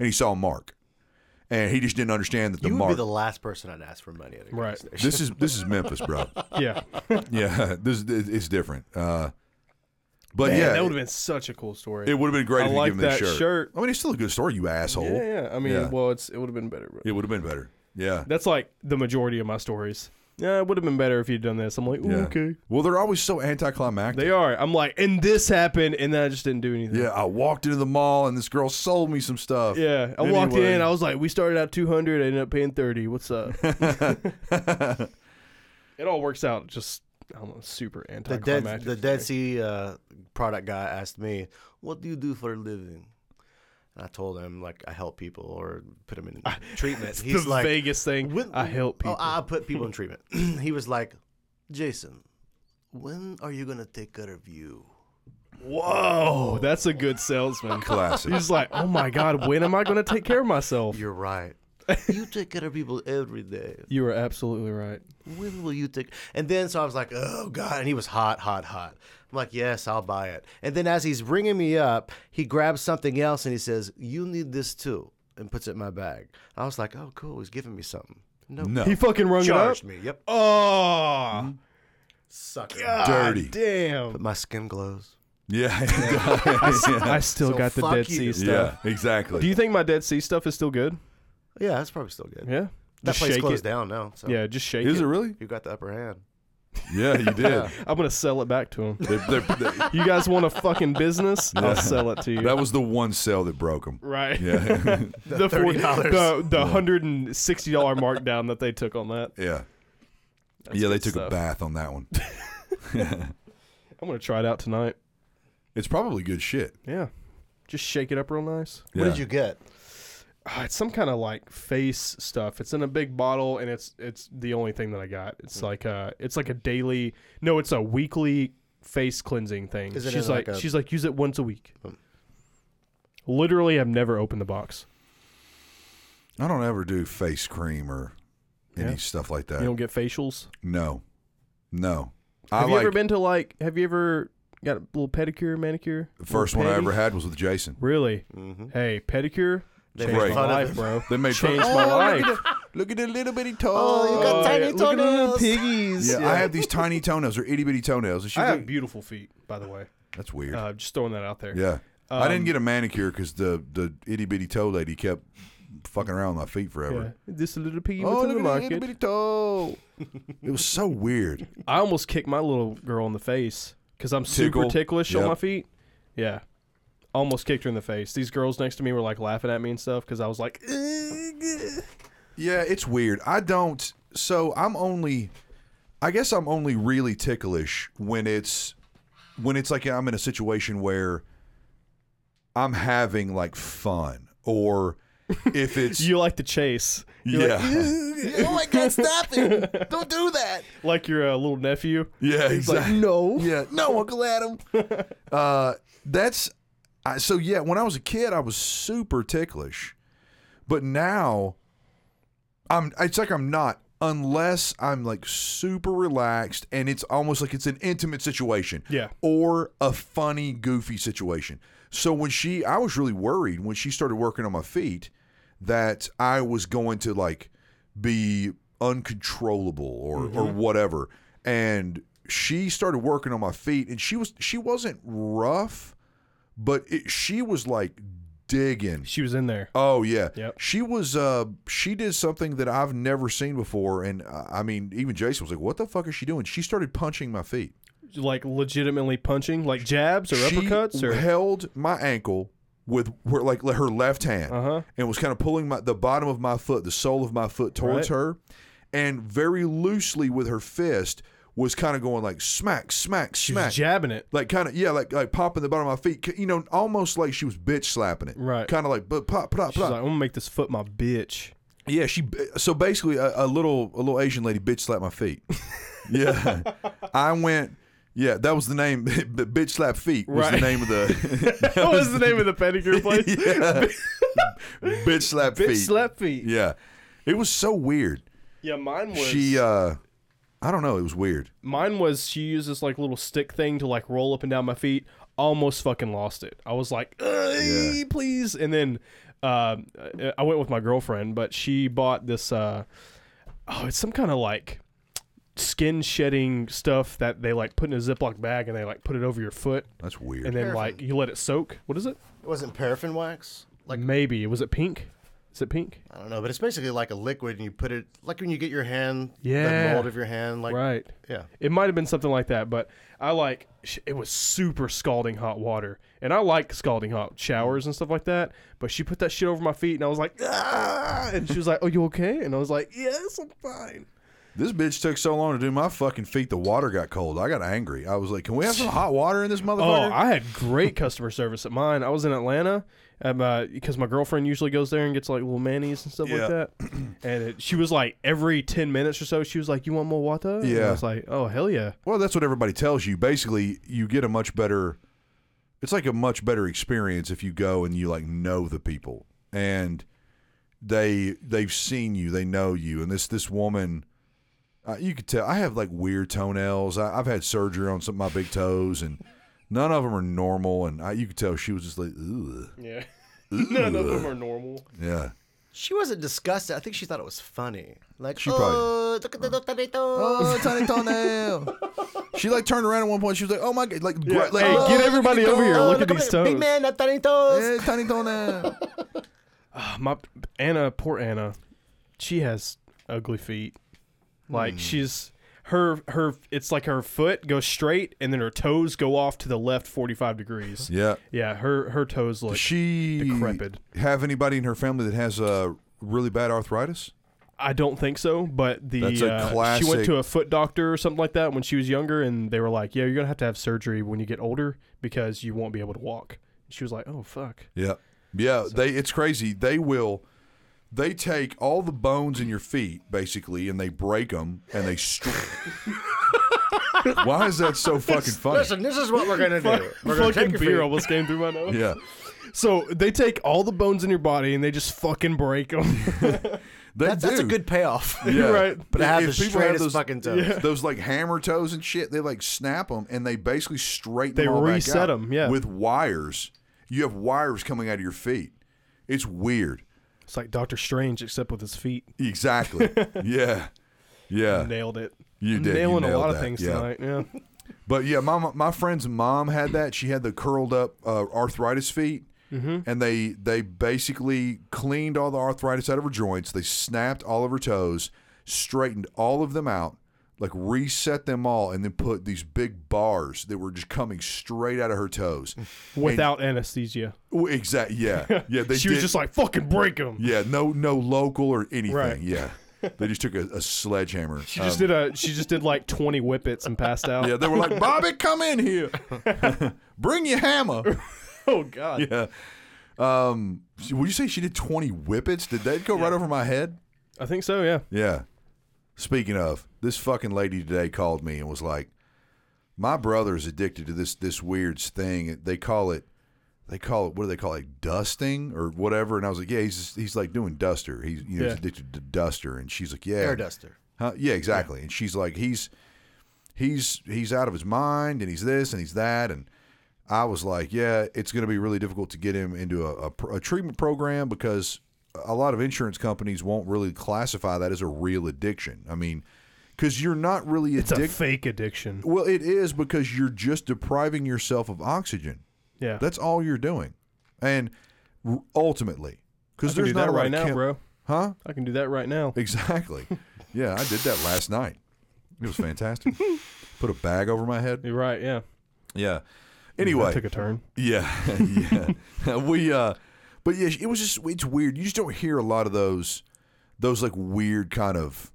And he saw Mark. And he just didn't understand that the
you would
Mark.
be the last person I'd ask for money at a gas
Right.
station.
this is this is Memphis, bro.
yeah,
Yeah, this is- it's different. Uh, but
Man,
yeah,
that would have been such a cool story.
It would have been great
I
if you
like
give him that
that
shirt.
shirt.
I mean, it's still a good story, you asshole.
yeah, yeah. I mean,
Yeah.
well, it's it would have been better. But
It would have been better. Yeah.
that's like the majority of my stories. Yeah, it would have been better if you'd done this. I'm like, ooh,
Yeah.
okay,
Well, they're always so anticlimactic.
they are. I'm like, and this happened, and then I just didn't do anything.
Yeah, I walked into the mall and this girl sold me some stuff.
Yeah, I walked
Anyway.
in. I was like, "We started out 200. I ended up paying 30. What's up?" it all works out. Just I don't know, super
The
anticlimactic.
Dead, the Dead Sea uh, product guy asked me, "What do you do for a living?" And I told him, like, I help people or put them in treatment.
It's
He's
the
like,
Vegas thing.
"When-
I help people.
Oh, I put people in treatment. he was like, Jason, when are you gonna take care of you?
Whoa, that's a good salesman.
Classic.
He's like, "Oh my god, when am I going to take care of myself?"
You're right. you take care of people every day.
You are absolutely right.
When will you take? And then so I was like, oh god, and he was hot, hot, hot. I'm like, yes, I'll buy it. And then as he's ringing me up, he grabs something else and he says, you need this too, and puts it in my bag. I was like, oh cool, he's giving me something. No,
No.
He fucking rung
charged
it up.
me. Yep, Mm-hmm.
Oh,
sucker.
Dirty.
But
damn.
my skin glows.
Yeah.
I still
So
got the
fuck
Dead
you.
Sea stuff.
yeah, exactly.
Do you think my Dead Sea stuff is still good?
Yeah, that's probably still good.
Yeah.
That
just
place
shake
closed
it.
down now. So
Yeah, just shake
Is
it.
it really?
you got the upper hand.
Yeah, you did.
I'm gonna sell it back to him.
They- they- they-
You guys want a fucking business? I'll sell it to you.
that was the one sale that broke them.
right.
Yeah.
the forty
$30.
the the hundred and sixty dollar markdown that they took on that.
yeah. yeah, they
good
took a
stuff.
bath on that one.
I'm gonna try it out tonight.
It's probably good shit.
Yeah. Just shake it up real nice.
Yeah.
What did you get?
Ah, it's some kind of like face stuff. It's in a big bottle, and it's it's the only thing that I got.
Hmm.
It's like a it's like a daily. No, it's a weekly face cleansing thing.
Is it
she's
in
like,
like a- Hmm.
she's like use it once a week. Literally, I've never opened the box.
I don't ever do face cream or any
Yeah.
stuff like that.
You don't get facials.
no. No. I
Have you
like
ever been to like? Have you ever got a little pedicure, manicure?
the first one I ever had was with Jason.
Really?
Mm-hmm.
Hey, pedicure.
They
Changed
make
my
fun of
life,
it.
bro.
They made fun-
changed
Oh,
my
Look
life.
at, the, look at the little bitty toe.
Oh,
tiny
yeah, look at the little
toenails.
piggies.
yeah, I have these tiny toenails. They're itty bitty toenails. And she's
I
like,
have beautiful feet, by the way.
That's weird.
Uh, just throwing that out there. Um,
yeah. I didn't get a manicure because the, the itty bitty toe lady kept fucking around my feet forever.
This little piggy
Oh,
went to
look
the
at that itty
market.
bitty toe. it was so weird.
I almost kicked my little girl in the face because I'm super
Tickle.
ticklish
Yep.
on my feet. Yeah. Almost kicked her in the face. These girls next to me were like laughing at me and stuff because I was like,
Yeah, it's weird. I don't. So I'm only. I guess I'm only really ticklish when it's when it's like I'm in a situation where I'm having like fun or if it's
you like to chase. You're
yeah
Like,
Oh,
like your uh, little nephew.
yeah exactly
no.
yeah no Uncle Adam uh that's I, so yeah when I was a kid I was super ticklish but now I'm it's like I'm not unless I'm like super relaxed and it's almost like it's an intimate situation.
Yeah.
Or a funny, goofy situation. So when she I was really worried when she started working on my feet that I was going to like be uncontrollable or or whatever. And she started working on my feet and she was she wasn't rough, but it, she was like digging.
She was in there.
Oh yeah,
Yep.
she was. Uh, she did something that I've never seen before, and uh, I mean, even Jason was like, "What the fuck is she doing?" She started punching my feet.
Like legitimately punching, like jabs or
she
uppercuts or.
held my ankle with her, like her left hand
Uh-huh.
and was kind of pulling my the bottom of my foot, the sole of my foot towards
Right.
her, and very loosely with her fist was kind of going like smack, smack,
She was
smack.
jabbing it.
like kind of yeah, like like popping the bottom of my feet, you know, almost like she was bitch slapping it,
Right.
Kind of like but pop, pop,
She's
pop.
like, I'm gonna make this foot my bitch.
Yeah, she. So basically, a, a little a little Asian lady bitch slapped my feet. yeah, I went. Yeah, that was the name. The bitch slap feet was the
Right.
name of the
what was the name of the pedicure place?
Yeah. bitch slap
Bitch
feet.
slap feet. Yeah.
Yeah, it was so weird.
mine was.
She. uh I don't know. It was weird.
Mine was she used this like little stick thing to like roll up and down my feet. Almost fucking lost it. I was like, "Ay,
Yeah.
please. And then um, uh, I went with my girlfriend, but she bought this. Uh, oh, it's some kind of like skin shedding stuff that they like put in a Ziploc bag and they like put it over your foot
That's weird.
and then like you let it soak. What is it?
It wasn't paraffin wax.
Like maybe was it pink? Is it pink?
I don't know, but it's basically like a liquid, and you put it like when you get your hand,
Yeah.
the mold of your hand, like
right.
yeah.
It might have been something like that, but I like sh- it was super scalding hot water, and I like scalding hot showers and stuff like that. But she put that shit over my feet, and I was like, ah! And she was like, "Oh, you okay?" And I was like, "Yes, I'm fine."
this bitch took so long to do my fucking feet. The water got cold. I got angry. I was like, "Can we have some hot water in this
Oh,
motherfucker?"
I had great customer service at mine. I was in Atlanta um, uh, because my girlfriend usually goes there and gets like little manis and stuff
Yeah.
like that. And it, she was like, every ten minutes or so, she was like, "You want more water?" And
Yeah.
I was like, "Oh, hell yeah."
Well, that's what everybody tells you. Basically, you get a much better. It's like a much better experience if you go and you like know the people and they they've seen you, they know you, and this this woman. Uh, you could tell I have like weird toenails. I, I've had surgery on some of my big toes, and none of them are normal. And I, you could tell she was just like, Ugh.
Yeah. None of them are normal.
yeah,
She wasn't disgusted. I think she thought it was funny. Like
She
oh,
probably-
look at the little tiny toes."
Oh,
Oh, tiny toenail. she like turned around at one point. She was like, "Oh my god!" Like, gra- like
Hey,
"Oh,
get everybody over here.
Oh,
Look at these
the
toes.
Big man, that tiny toes.
eh, tiny toenail.
my Anna, poor Anna, she has ugly feet.
Hmm.
Like she's her her it's like her foot goes straight and then her toes go off to the left 45 degrees.
yeah.
yeah, her her toes look
Does she
decrepit.
have anybody in her family that has uh, really bad arthritis?
I don't think so, but the
That's a
uh, she
classic-
went to a foot doctor or something like that when she was younger and they were like, "Yeah, you're going to have to have surgery when you get older because you won't be able to walk." She was like, "Oh fuck."
Yeah, yeah. They it's crazy. They will. They take all the bones in your feet basically, and they break them, and they. Str- Why is that so fucking funny?
Listen, this is what we're gonna do. We're
fucking
gonna take your
beer
feet.
almost came through my nose.
Yeah,
So they take all the bones in your body and they just fucking break them.
they
That's, that's a
do.
good payoff.
Yeah.
right.
But I have the
if people have
straightest
those,
fucking toes.
those like hammer toes and shit, they like snap them and they basically straighten.
They
them all back
reset
out
'em, yeah.
with wires. You have wires coming out of your feet. It's weird.
It's like Doctor Strange, except with his feet.
Exactly. yeah. Yeah.
Nailed it.
You did. You
Nailing a
nailed
lot of
that.
things
yeah.
tonight. Yeah.
But yeah, my my friend's mom had that. She had the curled up uh, arthritis feet,
Mm-hmm.
and they they basically cleaned all the arthritis out of her joints. They snapped all of her toes, straightened all of them out, like reset them all, and then put these big bars that were just coming straight out of her toes.
Without anesthesia,
Exactly. Yeah. Yeah. They
she
did-
was just like fucking break them.
yeah. No no local or anything.
Right.
Yeah. They just took a, a sledgehammer.
She just did a. She just did like twenty whippets and passed out.
Yeah, they were like, Bobby, come in here. Bring your hammer.
Oh god.
Yeah. Um, she- would you say she did 20 whippets? Did that go right over my head?
I think so. Yeah.
Yeah. Speaking of, this fucking lady today called me and was like, "My brother is addicted to this this weird thing. They call it, they call it, what do they call it? Dusting or whatever." And I was like, "Yeah, he's just- he's like doing duster. He's you know
Yeah.
he's addicted to duster." And she's like, "Yeah,
Air duster.
Huh? Yeah, exactly. And she's like, he's he's he's out of his mind, and he's this, and he's that, and I was like, yeah, it's going to be really difficult to get him into a, a, pr- a treatment program because a lot of insurance companies won't really classify that as a real addiction. I mean, because you're not really
It's a
addicted.
fake addiction.
well, it is because you're just depriving yourself of oxygen.
Yeah.
That's all you're doing, and r- ultimately,
I
because
can
there's
do
not
that
a lot
right
of
now,
chem-
bro.
huh?
I can do that right now.
Exactly. Yeah, I did that last night. It was fantastic. Put a bag over my head.
You're right. Yeah.
Yeah.
That
Anyway,
took a turn.
yeah, yeah. we, uh, but yeah, it was just it's weird. You just don't hear a lot of those, those like weird kind of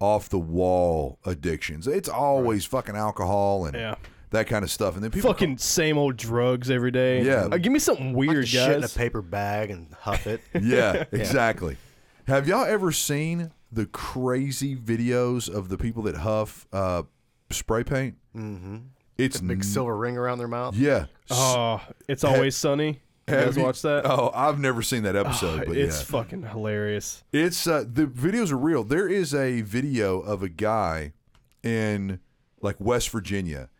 off the wall addictions. It's always fucking alcohol and
Yeah.
that kind of stuff. And then people
Fucking same old drugs every day.
Yeah.
Uh, give me something weird,
Just shit in a
guys.
paper bag and huff it.
yeah, exactly. Have y'all ever seen the crazy videos of the people that huff uh, spray paint? Mm-hmm. It's
Big
n-
silver ring around their mouth.
Yeah.
Oh, it's always sunny. You guys
Have you-
watch that?
Oh, I've never seen that episode, but
Oh, it's
yeah.
fucking hilarious.
It's uh, the videos are real. There is a video of a guy in like West Virginia,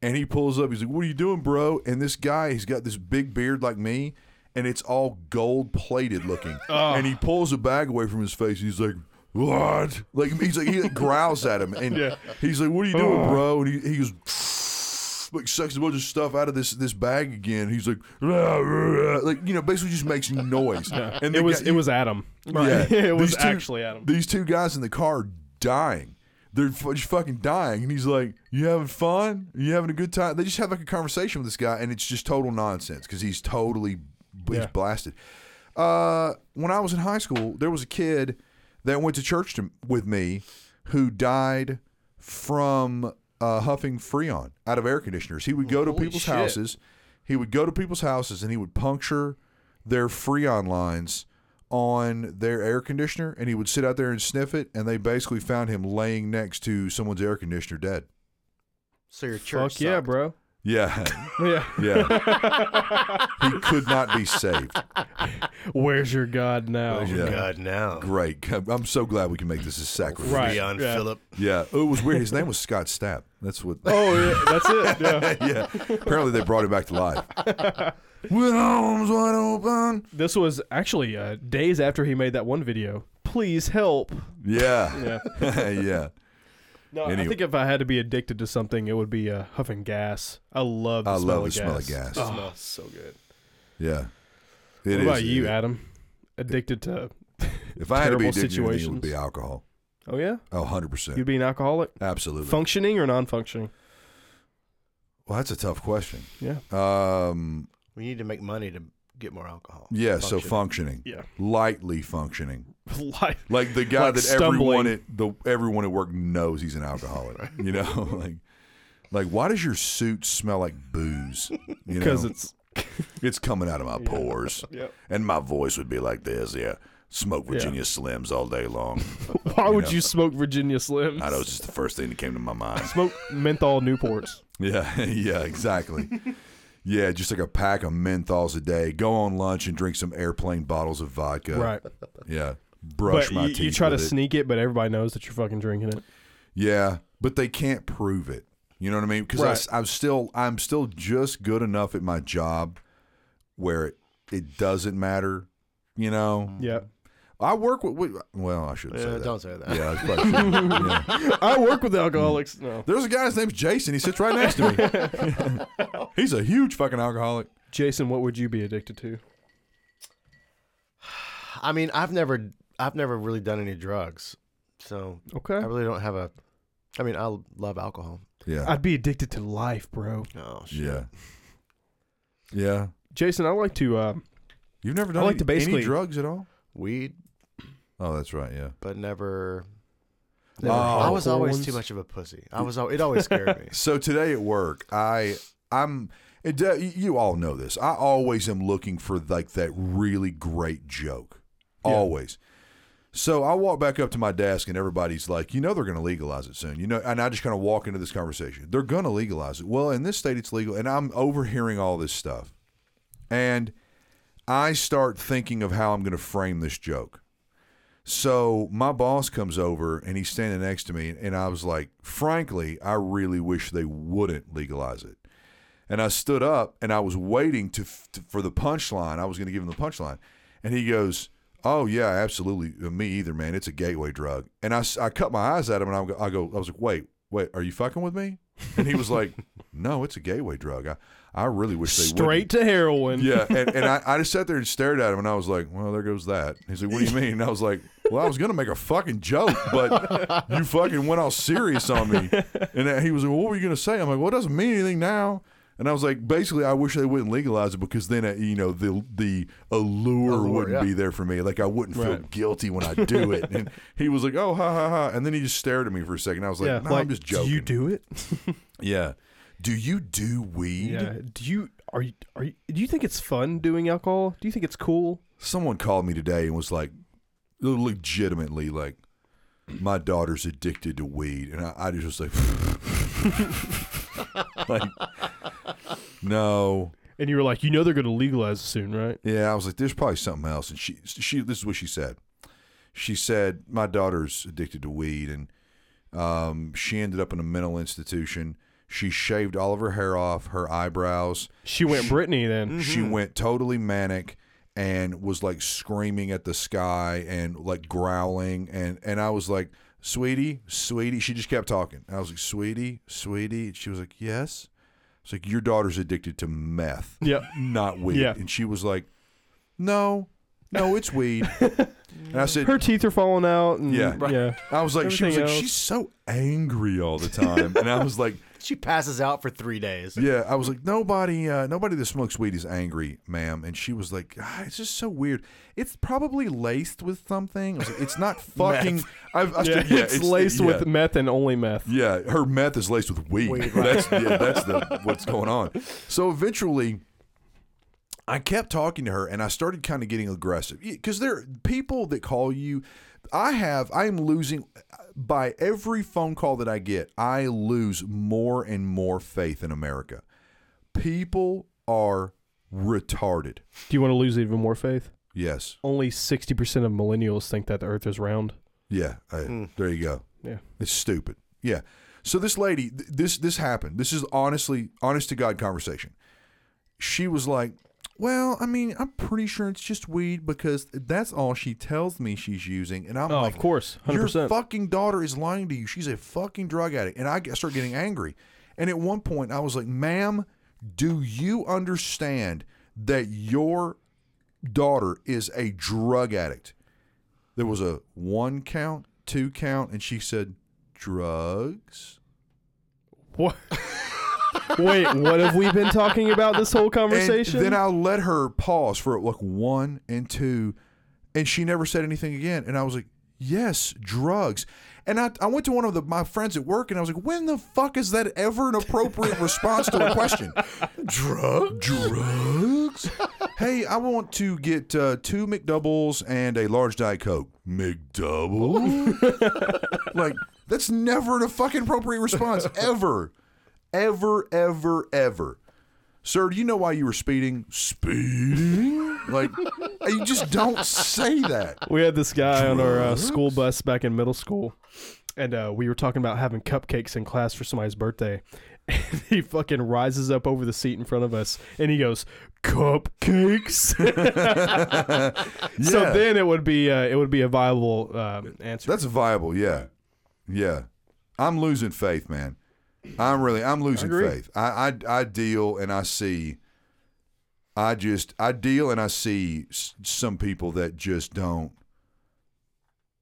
and he pulls up. He's like, "What are you doing, bro?" And this guy, he's got this big beard like me, and it's all gold plated looking.
Oh.
And he pulls a bag away from his face. And he's like. What? Like he's like he like, growls at him and he's like, "What are you
Oh.
doing, bro?" And he, he goes, like sucks a bunch of stuff out of this this bag again. He's like, "Rah, rah," like you know, basically just makes noise. And the
It was
guy-
it was Adam.
yeah.
Right. it was
These two-
actually Adam.
These two guys in the car are dying. They're f- just fucking dying. And he's like, You having fun? You having a good time? They just have like a conversation with this guy, and it's just total nonsense because he's totally he's
Yeah.
blasted. Uh, when I was in high school, there was a kid that went to church to, with me who died from uh, huffing Freon out of air conditioners. He would go to people's
shit.
houses. He would go to people's houses and he would puncture their Freon lines on their air conditioner and he would sit out there and sniff it. And they basically found him laying next to someone's air conditioner dead.
So your church.
Fuck yeah,
sucked.
bro.
Yeah.
Yeah.
Yeah. he could not be saved.
Where's your God now?
Where's your- Yeah.
Oh God, now.
Great. I'm so glad we can make this a sacrilege.
Right.
Beyond
yeah.
Philip.
Yeah, it was weird. His name was Scott Stapp. That's what.
Oh yeah, that's it. Yeah.
yeah. Apparently, they brought him back to life. With arms wide open.
This was actually uh, days after he made that one video. Please help.
Yeah. Yeah. yeah.
No, I
Anyway.
think if I had to be addicted to something, it would be uh, huffing gas. I love the
I
smell
love the
of gas.
smell of gas.
Oh, so good.
Yeah. It
what
is-
about you,
it-
Adam? Addicted to?
If I had to be
terrible
addicted to anything, it would be
situations?
alcohol.
Oh yeah,
Oh, 100%.
you'd be an alcoholic,
Absolutely.
functioning or non-functioning.
well, that's a tough question.
Yeah.
Um,
We need to make money to get more alcohol.
yeah, so functioning.
Yeah.
Lightly functioning.
Life.
Like the guy
Like
that everyone
stumbling.
at the everyone at work knows he's an alcoholic. You know, like like why does your suit smell like booze? You
Because
know?
it's
It's coming out of my pores.
Yep.
And my voice would be like this, yeah. Smoke Virginia Slims all day long.
why would you smoke Virginia Slims?
I know it's just the first thing that came to my mind.
Smoke menthol Newports.
Yeah, yeah, exactly. yeah, just like a pack of menthols a day. Go on lunch and drink some airplane bottles of vodka.
Right.
Yeah. Brush
but
my
you,
teeth.
you try to
with it.
sneak it, but everybody knows that you're fucking drinking it.
Yeah, but they can't prove it. You know what I mean? Because
Right.
I'm still I'm still just good enough at my job where it, it doesn't matter you know.
Yeah.
I work with, with well, I shouldn't say
Uh,
that.
don't say that.
Yeah, I probably shouldn't. Yeah.
I work with alcoholics. No.
There's a guy, his name's Jason. He sits right next to me. He's a huge fucking alcoholic.
Jason, what would you be addicted to?
I mean, I've never, I've never really done any drugs, so
Okay.
I really don't have a. I mean, I love alcohol.
Yeah.
I'd be addicted to life, bro.
Oh
yeah. Yeah.
Jason, I like to uh
You've never done
like
any,
to basically-
any drugs at all?
weed,
Oh, that's right. Yeah.
but never.
Never Oh.
I was always
horns.
too much of a pussy. I was. al- It always scared me.
So today at work, I I'm it, uh, you all know this. I always am looking for like that really great joke. Always. So I walk back up to my desk and everybody's like, you know, they're going to legalize it soon, you know. And I just kind of walk into this conversation. They're going to legalize it. Well, in this state, it's legal, and I'm overhearing all this stuff, and I start thinking of how I'm going to frame this joke. So my boss comes over and he's standing next to me, and I was like, frankly, I really wish they wouldn't legalize it. And I stood up and I was waiting to, f- to for the punchline. I was going to give him the punchline, and he goes, "Oh yeah, absolutely. Uh, Me either, man. It's a gateway drug." And I, s- I cut my eyes at him and I go, I go, I was like, "Wait, wait, are you fucking with me?" And he was like, "No, it's a gateway drug. I, I really wish they wouldn't."
straight to heroin.
Yeah, and, and I, I just sat there and stared at him, and I was like, "Well, there goes that." He's like, "What do you mean?" And I was like, "Well, I was gonna make a fucking joke, but you fucking went all serious on me." And he was like, "What were you gonna say?" I'm like, "Well, it doesn't mean anything now." And I was like, basically, I wish they wouldn't legalize it because then, uh, you know, the the allure,
Allure,
wouldn't
yeah.
be there for me. Like I wouldn't feel
Right.
guilty when I do it. And he was like, "Oh, ha ha ha," and then he just stared at me for a second. I was like,
Yeah,
"No,
like,
I'm just joking."
Do you do it?
yeah. Do you do weed?
yeah. Do you are you are you, do you think it's fun doing alcohol? Do you think it's cool?
someone called me today and was like legitimately like my daughter's addicted to weed and i, I just was like, like no
And you were like, you know, they're going to legalize it soon, right?
yeah i was like there's probably something else and she she this is what she said she said my daughter's addicted to weed and um, she ended up in a mental institution she shaved all of her hair off her eyebrows
She went Brittany then.
she went totally manic and was like screaming at the sky and like growling and and I was like, "Sweetie, sweetie." She just kept talking. I was like, "Sweetie, sweetie." And she was like, "Yes." It's like your daughter's addicted to meth,
Yep.
not weed.
Yeah.
And she was like, "No, no, it's weed." and I said,
Her teeth are falling out. And,
Yeah.
Yeah.
"I was like, she was like,
everything else-
she's so angry all the time." And I was like,
She passes out for three days.
Yeah, I was like, nobody, uh, nobody that smokes weed is angry, ma'am. And she was like, ah, it's just so weird. It's probably laced with something. I was like, it's not fucking. I, I
Yeah,
said, yeah,
it's, laced
yeah,
with meth and only meth.
Yeah, her meth is laced with weed. that's yeah, that's the what's going on. So eventually, I kept talking to her, and I started kind of getting aggressive because there are people that call you. I have I am losing by every phone call that I get. I lose more and more faith in America. People are retarded.
Do you want to lose even more faith?
Yes.
Only 60% of millennials think that the earth is round.
Yeah. I- There you go.
Hmm. Yeah.
It's stupid. Yeah. So this lady, th- this this happened. This is honestly, honest to God conversation. She was like, "Well, I mean, I'm pretty sure it's just weed because that's all she tells me she's using." And I'm
Oh,
like,
of course. 100%.
your fucking daughter is lying to you. She's a fucking drug addict. And I get- start getting angry. And at one point, I was like, ma'am, do you understand that your daughter is a drug addict? There was a one count, two count, and she said, drugs?
What? Wait, what have we been talking about this whole conversation?
And then I let her pause for like one and two, and she never said anything again. And I was like, "Yes, drugs." And I, I went to one of the, my friends at work, and I was like, "When the fuck is that ever an appropriate response to a question?" Drugs. Drugs. hey, I want to get uh, two McDoubles and a large diet coke. McDouble. like that's never a fucking appropriate response ever, ever, ever, ever sir, do you know why you were speeding? Speeding? like, you just don't say that.
we had this guy on our uh, school bus back in middle school, and uh, we were talking about having cupcakes in class for somebody's birthday. And he fucking rises up over the seat in front of us and he goes, Cupcakes. so
Yeah.
then it would be uh, it would be a viable um, answer.
That's viable, yeah. Yeah. I'm losing faith, man. I'm really I'm losing
agree.
faith. I, I I deal and I see I just I deal and I see s- some people that just don't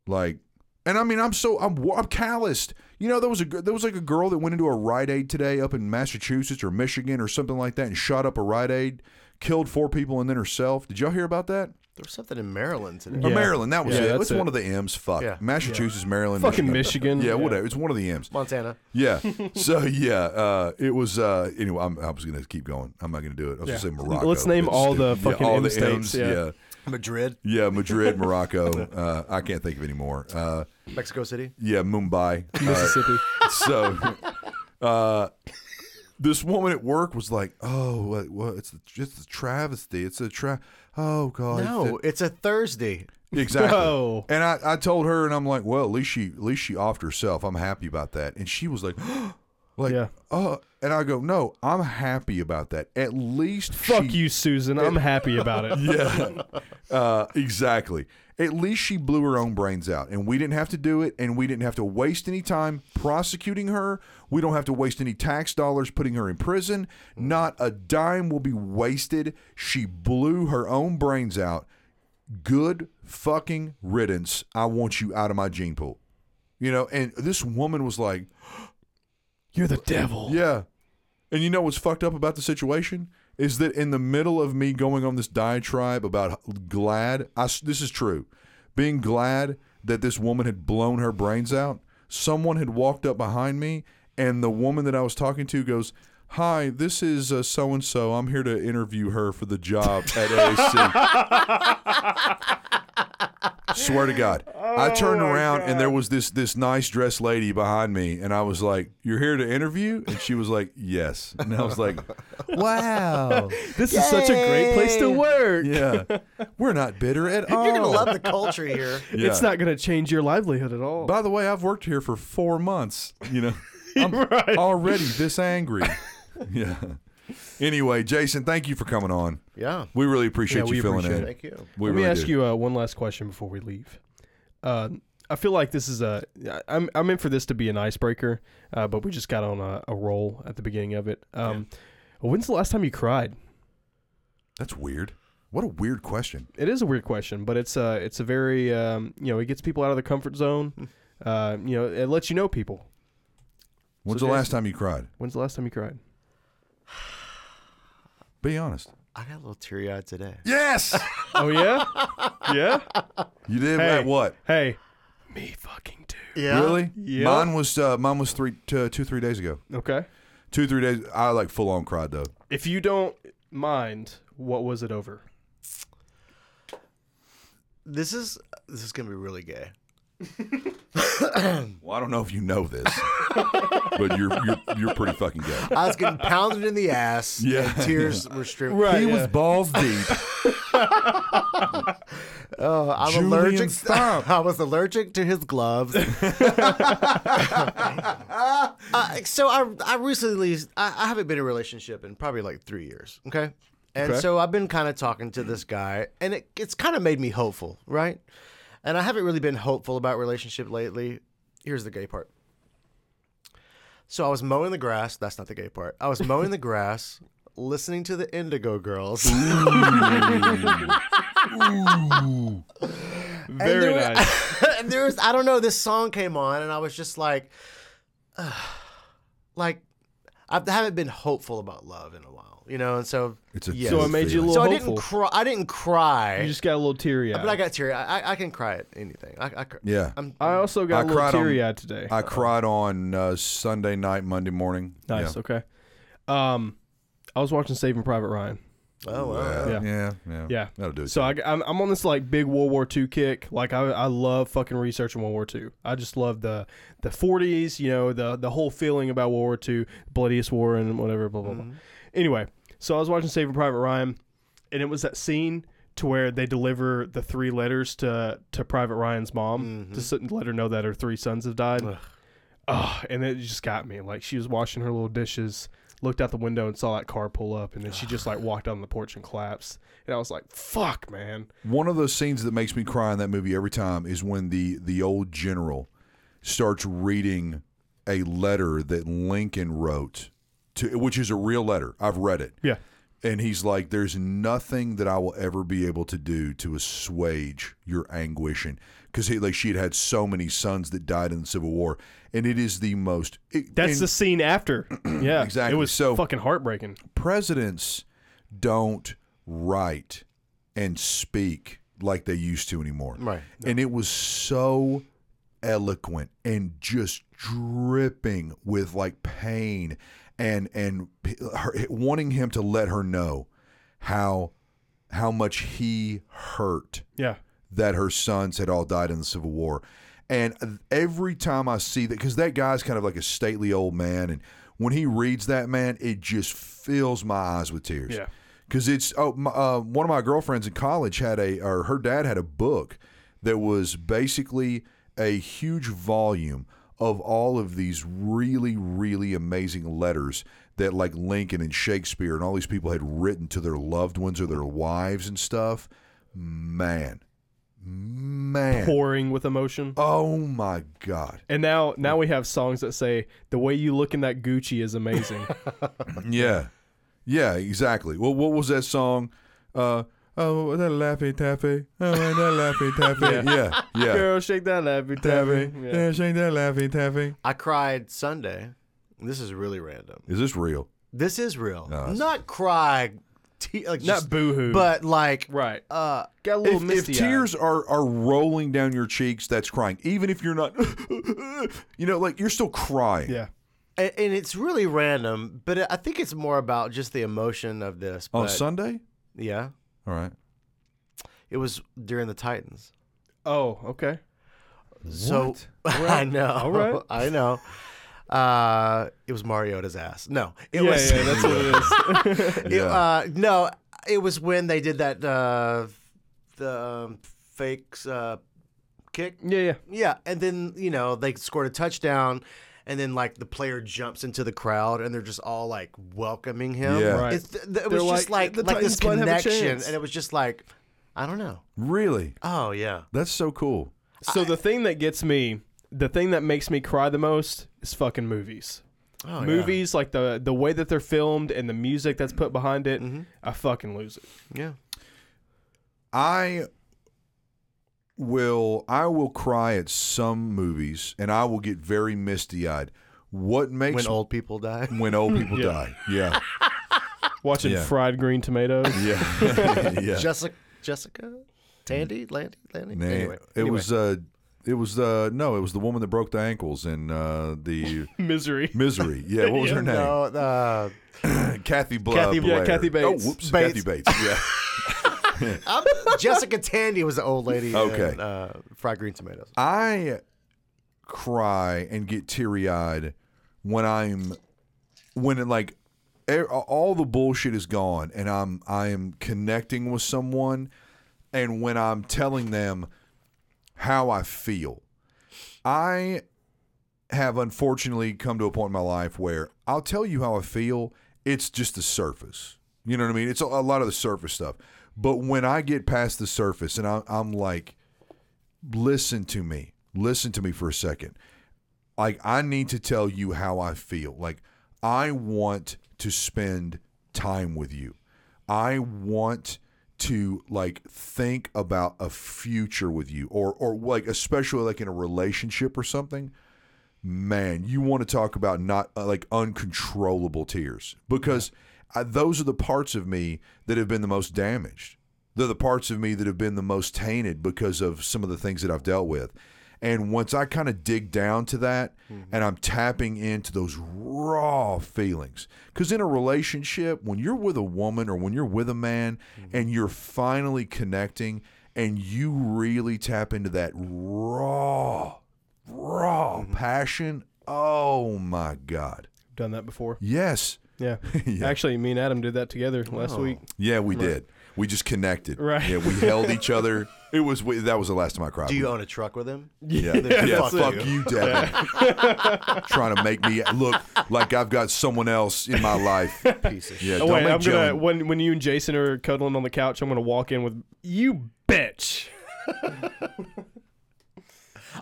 like and I mean I'm so I'm wa- I'm calloused. You know there was a gir- there was like a girl that went into a Rite Aid today up in Massachusetts or Michigan or something like that and shot up a Rite Aid, killed four people and then herself. Did y'all hear about that?
There was something in Maryland today.
Or
Yeah.
Maryland, that was
Yeah,
it.
that's
It's
it.
one of the M's. Fuck.
Yeah.
Massachusetts, Maryland,
Fucking Michigan.
Yeah,
Yeah.
whatever. It's one of the M's.
Montana.
Yeah. So yeah, uh, it was. Uh, anyway, I'm, I was gonna keep going. I'm not gonna do it. I was gonna
Yeah.
say Morocco.
Let's name
but
all
stupid.
the fucking
all
M
the
states,
M's,
yeah.
yeah.
Madrid.
Yeah, Madrid, Morocco. Uh, I can't think of any more. Uh,
Mexico City.
yeah, Mumbai. Uh,
Mississippi.
so uh, this woman at work was like, "Oh, what, what, it's just a travesty. It's a tra. Oh God, it's a-
No, it's a Thursday.
Exactly.
No.
And I, I told her, and I'm like, well, at least she, at least she offed herself. I'm happy about that. And she was like, like,
Yeah.
uh, and I go, no, I'm happy about that. At least
Fuck
she-
you, Susan. I'm happy about it.
Yeah. uh, exactly. At least she blew her own brains out, and we didn't have to do it, and we didn't have to waste any time prosecuting her. We don't have to waste any tax dollars putting her in prison. Not a dime will be wasted. She blew her own brains out. Good fucking riddance. I want you out of my gene pool. You know, and this woman was like,
You're the devil.
yeah. And you know what's fucked up about the situation? Is that in the middle of me going on this diatribe about glad, I s this is true, being glad that this woman had blown her brains out, someone had walked up behind me, and the woman that I was talking to goes, Hi, this is so and so. I'm here to interview her for the job at AAC. Swear to God. I turned around and there was this this nice dressed lady behind me and I was like, "You're here to interview?" And she was like, "Yes." And I was like,
Wow.
This is such a great place to work.
"Yeah. We're not bitter at all."
You're gonna love the culture here.
Yeah.
It's not going to change your livelihood at all.
By the way, I've worked here for 4 months, you know. I'm already this angry. yeah. Anyway, Jason, thank you for coming on.
Yeah.
We really appreciate
Yeah,
you
we
filling
appreciate
in.
Thank you.
We
Let
really
me ask
do.
you uh, one last question before we leave. Uh, I feel like this is a. I'm I'm in for this to be an icebreaker, uh, but we just got on a, a roll at the beginning of it. Um, When's the last time you cried?
That's weird. What a weird question.
It is a weird question, but it's a it's a very um, you know it gets people out of their comfort zone. Uh, you know it lets you know people.
When's
So
the
Jason-
last time you cried?
When's the last time you cried?
Be honest.
I got a little teary eyed today.
Yes.
Oh yeah, yeah.
you did
Hey.
at what?
Hey, me fucking too.
Yeah.
Really?
Yeah.
Mine was uh, mine was three t- two three days ago.
Okay.
Two three days. I like full on cried though.
If you don't mind, what was it over?
This is this is gonna be really gay.
Well, I don't know if you know this, but you're you're you're pretty fucking gay.
I was getting pounded in the ass.
Yeah.
And tears were streaming.
He was balls deep.
Oh, I'm
Julian,
allergic.
stop.
I was allergic to his gloves. uh, so I, I recently, I, I haven't been in a relationship in probably like three years. Okay. And
Okay.
so I've been kind of talking to this guy, and it, it's kind of made me hopeful, right? And I haven't really been hopeful about relationship lately. Here's the gay part. So I was mowing the grass. That's not the gay part. I was mowing the grass, listening to the Indigo Girls.
Very
there were-
nice.
and there was I don't know this song came on and I was just like like I haven't been hopeful about love in a while, you know, and so
It's a
yes.
So it made you a
so
little
I
hopeful.
didn't cry. I didn't cry,
you just got a little teary eyed.
but I got teary. I, I, I can cry at anything. I, I cr-
Yeah.
I'm
I also got
I
a little
cried on-
teary eyed today.
I cried on uh, Sunday night, Monday morning.
nice.
Yeah.
Okay. Um, I was watching Saving Private Ryan.
oh wow.
Yeah.
Yeah.
Yeah. Yeah.
Yeah.
That'll do it.
So I, am I'm on this like big World War II kick. Like I, I love fucking researching World War II. I just love the the 40s. You know the the whole feeling about World War II, bloodiest war and whatever. Blah blah blah. Anyway, so I was watching Saving Private Ryan, and it was that scene to where they deliver the three letters to to Private Ryan's mom to s- let her know that her three sons have died. oh, and it just got me. Like she was washing her little dishes, looked out the window and saw that car pull up, and then she just like walked on the porch and collapsed. And I was like, "Fuck, man!"
One of those scenes that makes me cry in that movie every time is when the the old general starts reading a letter that Lincoln wrote to which is a real letter. I've read it.
Yeah,
And he's like, There's nothing that I will ever be able to do to assuage your anguish. And because like she had had so many sons that died in the Civil War. And it is the most it-
that's
and-
the scene after. yeah,
Exactly.
It was
So-
fucking heartbreaking.
presidents don't write and speak like they used to anymore.
Right.
And it was so eloquent and just dripping with like pain and and p- her, wanting him to let her know how how much he hurt
Yeah,
that her sons had all died in the Civil War. And every time I see that, because that guy's kind of like a stately old man, and when he reads that, man, it just fills my eyes with tears.
Yeah.
Because it's oh, my, uh, one of my girlfriends in college had a, or her dad had a book that was basically a huge volume of all of these really, really amazing letters that like Lincoln and Shakespeare and all these people had written to their loved ones or their wives and stuff. Man, man.
pouring with emotion.
Oh my god.
And now, now we have songs that say, "The way you look in that Gucci is amazing."
Yeah. Yeah, exactly. Well, what was that song? Uh Oh, that laffy taffy. Oh, that laffy taffy. yeah, yeah.
Girl, shake that lappy tappy.
Taffy.
Yeah.
shake that laffy taffy.
I cried Sunday. This is really random.
Is this real?
This is real.
No, it's-
Not cry, te- like
Not
just-
boohoo,
but like
right.
uh,
Got a little
If, if
misty.
tears are, are rolling down your cheeks, that's crying. Even if you're not, you know, like you're still crying.
Yeah.
and, and it's really random. But I think it's more about just the emotion of this.
On
but-
Sunday?
yeah,
All right.
it was during the Titans.
Oh, okay.
So I know. All
right.
I know. Uh, it was Mariota's ass. No, it
yeah,
was.
yeah, that's what it is.
It, uh, no, it was when they did that uh, the um, fakes uh, kick.
Yeah, yeah.
Yeah, and then you know they scored a touchdown, and then like the player jumps into the crowd, and they're just all like welcoming him.
Yeah.
Right.
It's, th- th- it was
They're
just
like,
like
"The
like this
Titans might have a
connection,
chance."
and it was just like, I don't know.
Really?
Oh yeah,
That's so cool.
So the thing that gets me, the thing that makes me cry the most is fucking movies.
oh, yeah.
movies like the the way that they're filmed and the music that's put behind it,
Mm-hmm.
I fucking lose it.
Yeah,
I will I will cry at some movies and I will get very misty eyed. What makes
when old people die.
when old people
Yeah.
die. Yeah.
Watching
Yeah.
fried green tomatoes.
Yeah. yeah.
Jessica, Jessica, Tandy, Landy, Landy.
Nah,
anyway,
it was uh it was uh no, it was the woman that broke the ankles in uh the
Misery.
misery. Yeah, what was her name?
No, uh,
Kathy Bla-
Kathy- yeah,
Blair.
Kathy Bates.
Oh, whoops.
Bates.
Kathy Bates. Yeah.
I'm- Jessica Tandy was the old lady.
Okay.
In, uh, fried green tomatoes.
I cry and get teary eyed when I'm when it like e- all the bullshit is gone and I'm I am connecting with someone and when I'm telling them how I feel. I have unfortunately come to a point in my life where I'll tell you how I feel. It's just the surface. You know what I mean? It's a, a lot of the surface stuff. But when I get past the surface and I, I'm like, listen to me, listen to me for a second. Like, I need to tell you how I feel. Like, I want to spend time with you. I want to like think about a future with you or or like especially like in a relationship or something man, you want to talk about not uh, like uncontrollable tears because I, those are the parts of me that have been the most damaged. They're the parts of me that have been the most tainted because of some of the things that I've dealt with. And once I kind of dig down to that and I'm tapping into those raw feelings. Because in a relationship, when you're with a woman or when you're with a man and you're finally connecting and you really tap into that raw raw
Mm-hmm.
passion. Oh my God.
Done that before.
Yes.
Yeah.
Yeah. Oh.
Actually, me and Adam did that together last week.
Yeah, we did. We just connected.
Right.
Yeah, we held each other It was that was the last time I cried.
Do you own a truck with him?
Yeah,
Then
yeah.
fuck
Fuck, you,
you.
Devin. Trying to make me look like I've got someone else in my life.
Piece of
Yeah,
Oh,
don't
wait,
make
I'm
Joan-
gonna when when you and Jason are cuddling on the couch, I'm gonna walk in with you, bitch.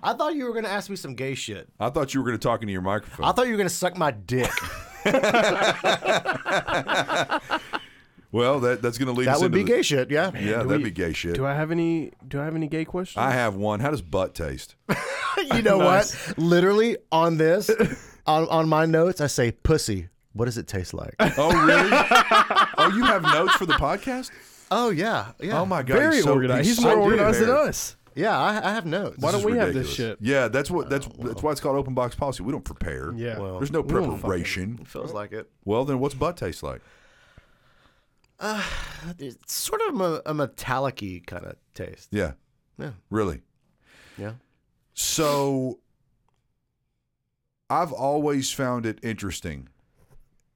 I thought you were gonna ask me some gay shit.
I thought you were gonna talk into your microphone.
I thought you were gonna suck my dick.
well, that that's gonna lead
that
us
would
into
be
the-
gay shit. Yeah.
Yeah,
do
that'd
we-
be gay shit.
Do I have any? Do I have any gay questions?
I have one. How does butt taste?
you know
Nice.
what? Literally on this, on on my notes, I say pussy. What does it taste like?
Oh, really? oh, you have notes for the podcast?
oh yeah, yeah.
Oh my god,
very
he's so-
organized. He's,
so
more
good.
organized than
Very.
us.
Yeah, I, I have notes.
Why
This
don't we
is
have this
ridiculous.
shit? Oh.
Yeah, that's what that's that's why it's called open box policy. We don't prepare.
Yeah. Well,
there's no
we don't fucking-
preparation.
feels like it?
Well, then what's butt taste like?
It's sort of a, a metallic-y kind of taste.
Yeah.
Yeah.
Really.
Yeah.
So I've always found it interesting.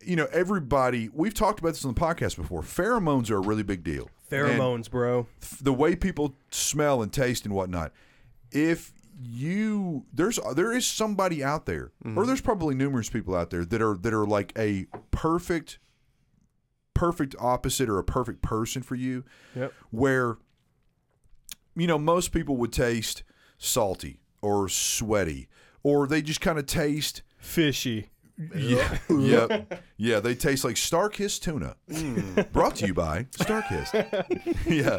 You know, everybody, we've talked about this on the podcast before. Pheromones are a really big deal.
Pheromones, bro.
And the way people smell and taste and whatnot. If you there's there is somebody out there, or there's probably numerous people out there that are that are like a perfect perfect opposite or a perfect person for you
Yep.
where you know most people would taste salty or sweaty or they just kind of taste
Fishy.
yeah yep. yeah they taste like star-kissed tuna brought to you by star-kissed yeah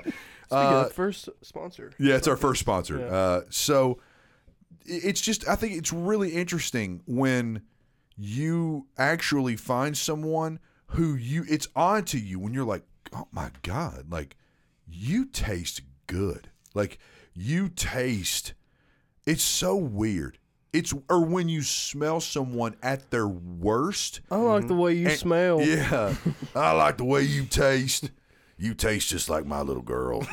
Uh,
first sponsor.
yeah, it's our first sponsor. Uh, so i- it's just, I think it's really interesting when you actually find someone who you, it's on to you when you're like, oh my God, like you taste good. Like you taste, it's so weird. It's, or when you smell someone at their worst.
I like the way you smell.
Mm-hmm. Yeah. I like the way you taste. You taste just like my little girl.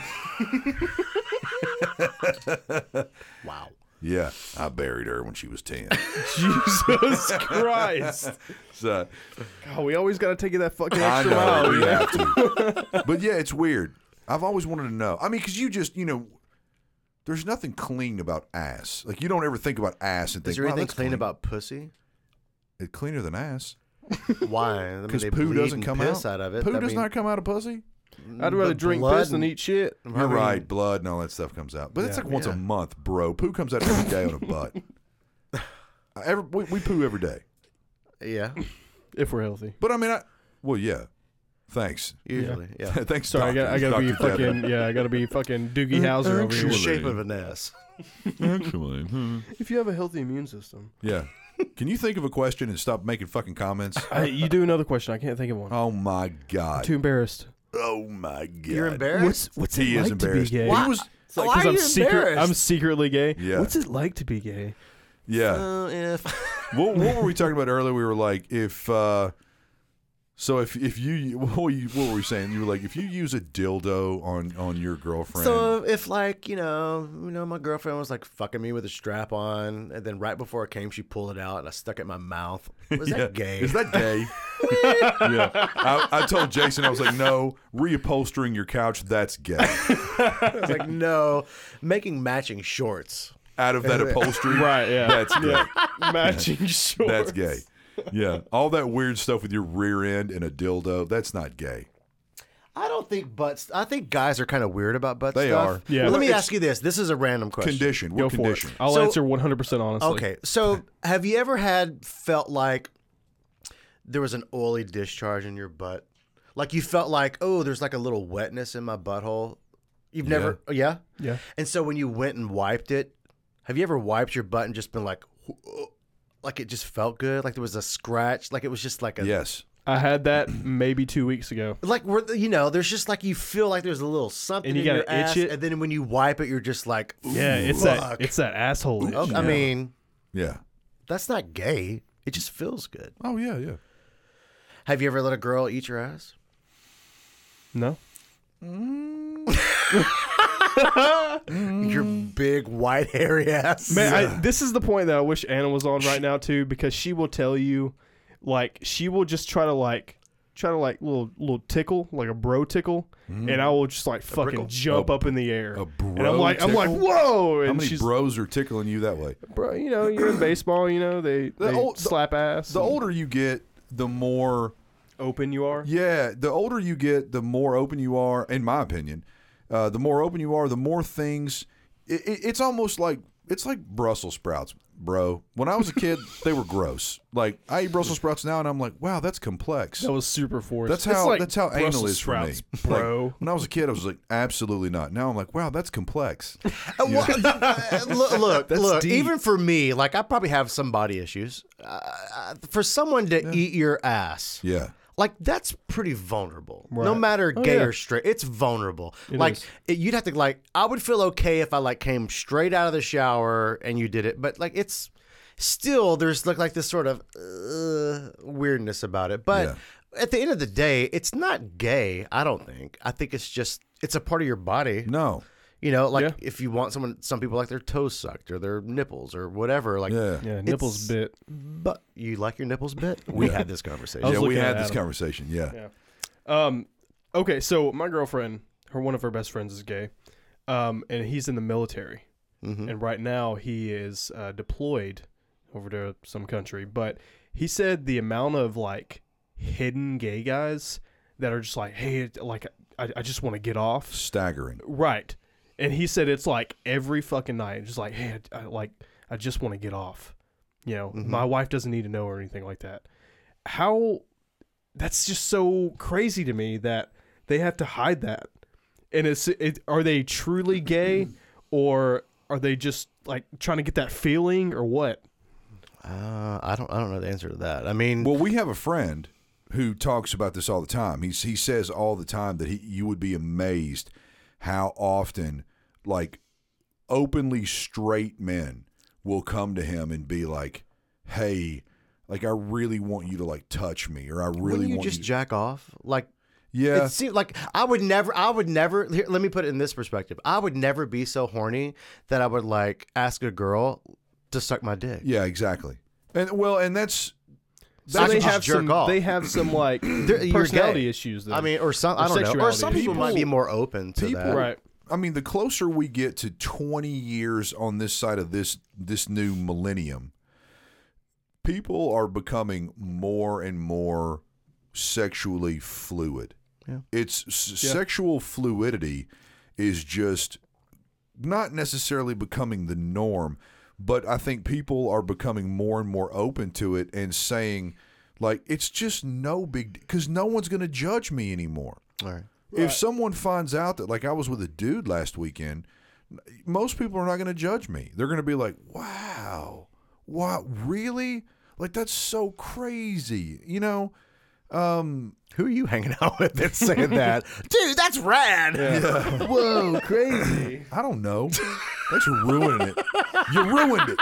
Wow.
Yeah, I buried her when she was 10.
Jesus Christ.
so,
God, we always got to take it that fucking
I
extra
know
mile.
we have to. But yeah, it's weird. I've always wanted to know. I mean, because you just, you know, there's nothing clean about ass. Like, you don't ever think about ass and think,
Is there
"Wow,
anything
that's
clean about pussy?
It's cleaner than ass.
Why?
Because poo doesn't come
piss
out.
out. of it.
Poo
That
does
mean-
not come out of pussy.
I'd rather
But
drink
blood
piss than
and-
eat shit.
You're right. Blood and all that stuff comes out. But it's like once a month, bro. Poo comes out every day on a butt. I- Every, we, we poo every day.
Yeah.
If we're healthy.
But I mean, I, well, yeah. Thanks.
Usually. Yeah.
Thanks,
Sorry, I got I gotta be
Dr. Deborah.
fucking yeah, I gotta be fucking Doogie
Mm-hmm.
Howser over
The
here.
shape of an ass.
If you have a healthy immune system,
Yeah. Can you think of a question and stop making fucking comments?
I, you do another question. I can't think of one.
Oh my god.
Too embarrassed.
Oh my god.
You're embarrassed.
what's
He is embarrassed.
gay?
He was
It's like,
Why
'cause
are
I'm
you
secret. I'm
embarrassed?
secretly gay.
Yeah.
What's it like to be gay?
yeah.
Uh, if
what, what were we talking about earlier? We were like, if uh, so, if if you what were, you, what were we saying? You were like, if you use a dildo on on your girlfriend,
So uh, if like you know you know my girlfriend was like fucking me with a strap on, and then right before it came, she pulled it out and I stuck it in my mouth. Was
Yeah.
that gay?
Is that gay? yeah. I, I told Jason, I was like, no, reupholstering your couch, that's gay.
I was like no, making matching shorts.
Out of that upholstery,
Right, yeah.
that's gay.
Matching shorts.
That's gay. Yeah, all that weird stuff with your rear end and a dildo, that's not gay.
I don't think butts. I think guys are kind of weird about butt
They
stuff.
are.
Yeah.
But let me
It's-
ask you this. This is a random question.
Condition. What
Go for
condition?
it. I'll
So-
answer 100 percent honestly.
Okay, so have you ever had felt like there was an oily discharge in your butt? Like you felt like, oh, there's like a little wetness in my butthole. You've never, oh, yeah,
Yeah.
And so when you went and wiped it, have you ever wiped your butt and just been like, "Whoa," like it just felt good, like there was a scratch, like it was just like a,
Yes.
I had that maybe two weeks ago.
like where the- you know, there's just like you feel like there's a little something
And you
in your
gotta itch
ass,
it?
and then when you wipe it, you're just like,
Yeah, it's
Fuck.
that it's that asshole. itch.
"Oh, I mean,
Yeah.
that's not gay. It just feels good.
Oh yeah, yeah.
Have you ever let a girl eat your ass?
No.
your big white hairy ass.
Man, I, this is the point that I wish Anna was on right now too, because she will tell you, like, she will just try to like try to like little little tickle, like a bro tickle, and I will just like fucking
brickle.
jump
Mm. A-
up in the air.
a
and I'm
bro
like I'm like
tickle?
whoa, and
How many
she's
bros are tickling you that way?
bro, you know you're in baseball, you know they, they
old- the-
slap ass.
The
and
older you get, the more
open you are.
Yeah, the older you get, the more open you are. In my opinion, uh, the more open you are, the more things. It, it, it's almost like it's like Brussels sprouts, bro. When I was a kid, they were gross. Like I eat Brussels sprouts now, and I'm like, wow, that's complex.
That was super forced.
That's
It's
how
like
that's how anal
Brussels
is for me,
sprouts,
Like,
bro.
when I was a kid, I was like, absolutely not. Now I'm like, wow, that's complex.
Uh, well, uh, look, look,
That's
look
deep.
even for me, like I probably have some body issues. Uh, uh, for someone to eat your ass,
Yeah,
like that's pretty vulnerable. No
Right. Oh,
matter gay
yeah.
or straight, it's vulnerable. like
is.
it, you'd have to like I would feel okay if I like came straight out of the shower and you did it, but like it's still there's like like this sort of uh, weirdness about it. But at the end of the day, it's not gay. I don't think. I think it's just it's a part of your body.
no,
You know, like
Yeah.
if you want someone, some people like their toes sucked or their nipples or whatever. Like,
yeah, yeah.
yeah, nipples
It's-
bit.
but you like your nipples bit? We had this conversation.
was
we
looking
had
at
this
Adam.
conversation. Yeah,
Yeah. Um. Okay, so my girlfriend, her one of her best friends is gay, um, and he's in the military,
Mm-hmm. Hmm.
and right now he is uh, deployed over to some country. But he said the amount of like hidden gay guys that are just like, hey, like I, I just want to get off,
staggering.
right? And he said it's like every fucking night, just like, hey, I, I- like I just want to get off. You know,
Mm-hmm.
my wife doesn't need to know or anything like that. How that's just so crazy to me that they have to hide that. And it's it, are they truly gay or are they just like trying to get that feeling or what?
Uh, I don't, I don't know the answer to that. I mean,
Well, we have a friend who talks about this all the time. He he says all the time that he you would be amazed how often like openly straight men will come to him and be like, "Hey, like I really want you to like touch me, or I really
wouldn't you
want
just
you."
jack off? Like,
yeah,
it seems like I would never, I would never. Here, let me put it in this perspective. I would never be so horny that I would like ask a girl to suck my dick.
yeah, exactly. And well, and that's
So
I
they
can just
have
jerk
some
off.
they have some like
you're
personality
gay.
issues. Then.
I mean, or some, I don't know, or
sexuality
some people,
issues.
might be
People-
more open to
people,
that.
Right.
I mean, the closer we get to 20 years on this side of this this new millennium, people are becoming more and more sexually fluid.
Yeah.
It's s- sexual fluidity is just not necessarily becoming the norm, but I think people are becoming more and more open to it and saying like it's just no big because no one's going to judge me anymore.
All right.
If someone finds out that, like, I was with a dude last weekend, most people are not going to judge me. They're going to be like, wow, wow, really? Like, that's so crazy. You know,
Who are you hanging out with that's saying that? Dude, that's rad.
whoa, crazy.
I don't know. Thanks for ruining it. You ruined it.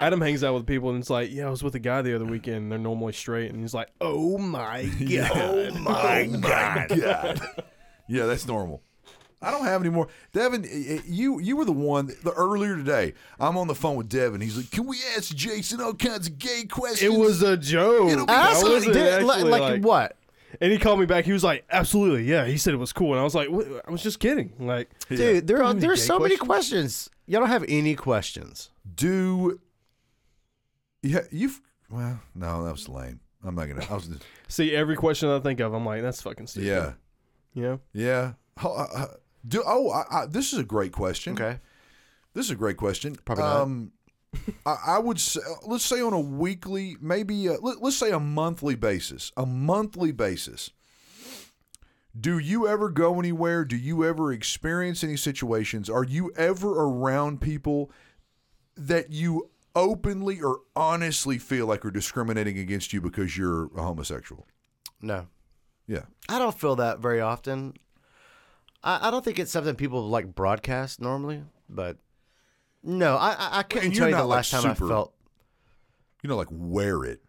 Adam hangs out with people and it's like, yeah, I was with a guy the other weekend. And they're normally straight, and he's like, oh my god,
Oh my god. Yeah, that's normal. I don't have any more. Devin, i- i- you you were the one the earlier today. I'm on the phone with Devin. He's like, "Can we ask Jason all kinds of gay
it
questions?"
was a joke. That
Ask-
wasn't
did- li-
actually,
like,
like-
what?
And he called me back. He was like, absolutely, yeah. He said it was cool, and I was like, "What? I was just kidding. Like,
Dude, there are
Any
there are
gay
so many questions. Y'all don't have any questions.
do yeah you've well no that was lame i'm not gonna i was
see every question I think of, I'm like, that's fucking stupid.
yeah
you know.
yeah oh, uh, uh, do oh I, I, this is a great question this is a great question
Probably not.
um I, I would say let's say on a weekly maybe uh let, let's say a monthly basis a monthly basis do you ever go anywhere do you ever experience any situations are you ever around people that you openly or honestly feel like are discriminating against you because you're a homosexual.
No,
Yeah.
I don't feel that very often. I, I don't think it's something people like broadcast normally, but no, I I, I couldn't
and
tell
you're
you the
not, like,
last time
super-
I felt.
You know, like wear it.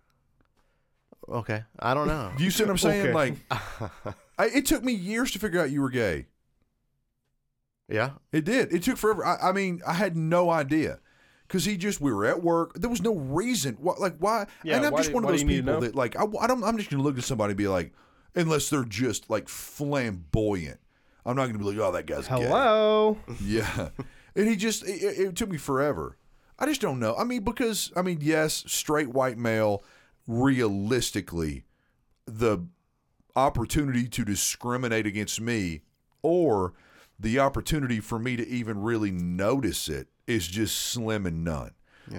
Okay, I don't know.
Do you see what I'm saying?
Okay.
Like, I, it took me years to figure out you were gay.
yeah,
It did. It took forever. I, I mean, I had no idea. Because he just, we were at work. There was no reason. Why, like, why?
Yeah,
and I'm
why
just
do-
one of
why do
those
you need to
people
know?
that, like, I, I don't, I'm just going to look at somebody and be like, unless they're just like flamboyant. I'm not going to be like, oh, that guy's gay.
Hello.
Yeah. And he just, it, it- it took me forever. I just don't know. I mean, because, I mean, yes, straight white male, realistically, the opportunity to discriminate against me or the opportunity for me to even really notice it is just slim and none.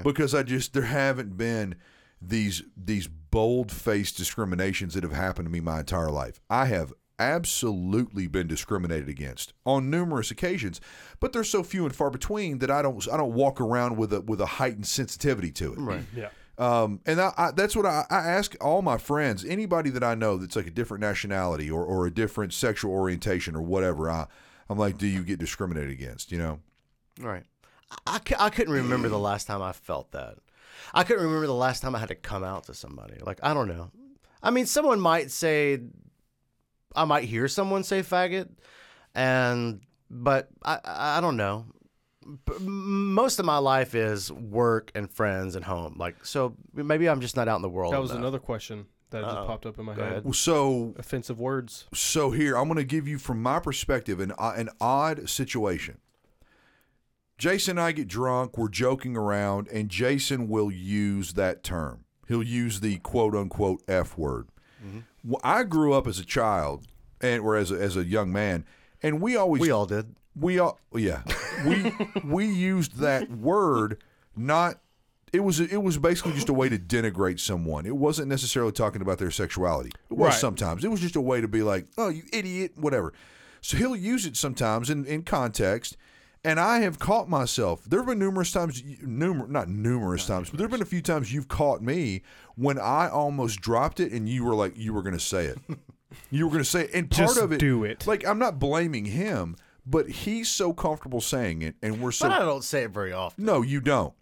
Because I just, there haven't been these these bold-faced discriminations that have happened to me my entire life. I have absolutely been discriminated against on numerous occasions, but they're so few and far between that I don't I don't walk around with a with a heightened sensitivity to it. Right.
Yeah.
Um, and I, I, that's what I, I ask all my friends, anybody that I know that's like a different nationality or, or a different sexual orientation or whatever. I, I'm like, do you get discriminated against? You know,
Right. I, I, cou- I couldn't remember the last time I felt that. I couldn't remember the last time I had to come out to somebody. Like, I don't know. I mean, someone might say, I might hear someone say faggot, and, but I, I I don't know. B- Most of my life is work and friends and home. Like, so maybe I'm just not out in the world.
That was
enough.
another question that just
Uh-oh.
popped up in my
Oh. Go
head.
ahead.
Well, so
Offensive words.
so here I'm going to give you from my perspective an uh, an odd situation. Jason and I get drunk, we're joking around, and Jason will use that term. He'll use the quote unquote F word.
Mm-hmm.
Well, I grew up as a child, and or as a, as a young man, and we always
We all did.
we all yeah we we used that word not it was it was basically just a way to denigrate someone it wasn't necessarily talking about their sexuality it was
Right.
sometimes it was just a way to be like oh you idiot whatever so he'll use it sometimes in, in context and i have caught myself there have been numerous times you- numer- not numerous times but there have been a few times you've caught me when i almost dropped it and you were like you were going to say it you were going to say it and part
Just
of it
do it.
like I'm not blaming him, but he's so comfortable saying it, and we're
But I
so
don't say it very often.
no, you don't,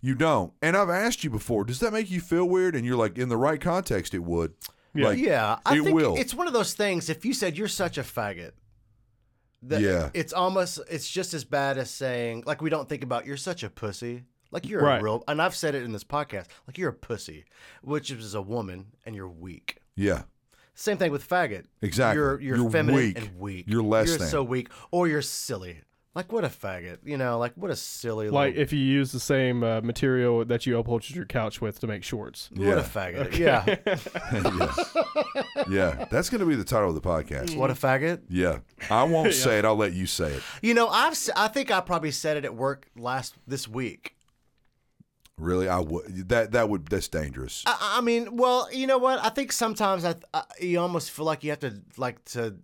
you don't. And I've asked you before, does that make you feel weird? And you're like, in the right context, it would. Yeah, like,
yeah, I
it
think
will.
It's one of those things. If you said you're such a faggot, that
Yeah.
it's almost it's just as bad as saying like we don't think about you're such a pussy. Like you're
Right.
a real, and I've said it in this podcast. Like you're a pussy, which is a woman, and you're weak.
yeah,
Same thing with faggot.
Exactly.
You're you're,
You're
feminine
weak.
and weak.
You're less
You're
than.
so weak, or you're silly. Like what a faggot. You know, like what a silly.
Like
little,
if you use the same uh, material that you upholstered your couch with to make shorts.
what
Yeah.
a faggot. Yeah.
yeah. That's gonna be the title of the podcast.
What a faggot.
Yeah, I won't say it. I'll let you say it.
You know, I've s- I think I probably said it at work last this week.
Really, I would. That that would that's dangerous.
I, I mean, well, you know what? I think sometimes I, I you almost feel like you have to like to.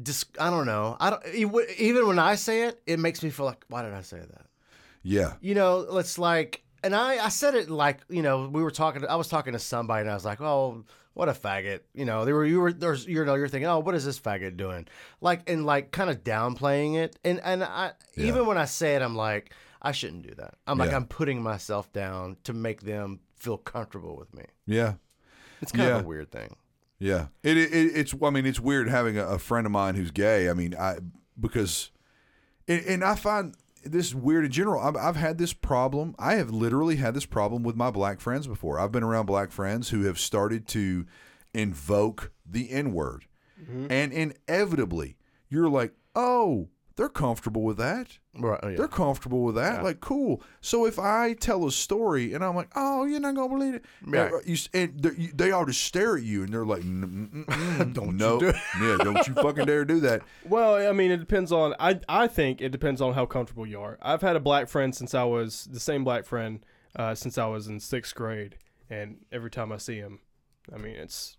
Dis- I don't know. I don't e- w- even when I say it, it makes me feel like why did I say that?
Yeah,
You know, it's like, and I I said it like you know we were talking. I was talking to somebody and I was like, oh, what a faggot. You know, they were you were there's you know you're thinking, oh, what is this faggot doing? Like and like kind of downplaying it. And and I even when I say it, I'm like. I shouldn't do that. I'm like
Yeah.
I'm putting myself down to make them feel comfortable with me.
yeah.
It's kind
Yeah.
of a weird thing.
Yeah, it, it it- it's. I mean, it's weird having a, a friend of mine who's gay. I mean, I because, and, and I find this weird in general. I've, I've had this problem. I have literally had this problem with my black friends before. I've been around black friends who have started to invoke the N word, and inevitably, you're like, oh, they're comfortable with that.
Right. oh, yeah.
They're comfortable with that. Like, cool. So if I tell a story and I'm like, oh, you're not going to believe it.
Right.
You, s- and they- you- they all just stare at you and they're like, "Mm, don't no, yeah, don't you fucking dare do that.
Well, I mean, it depends on. I I think it depends on how comfortable you are. I've had a black friend since I was the same black friend uh, since I was in sixth grade, and every time I see him, I mean, it's.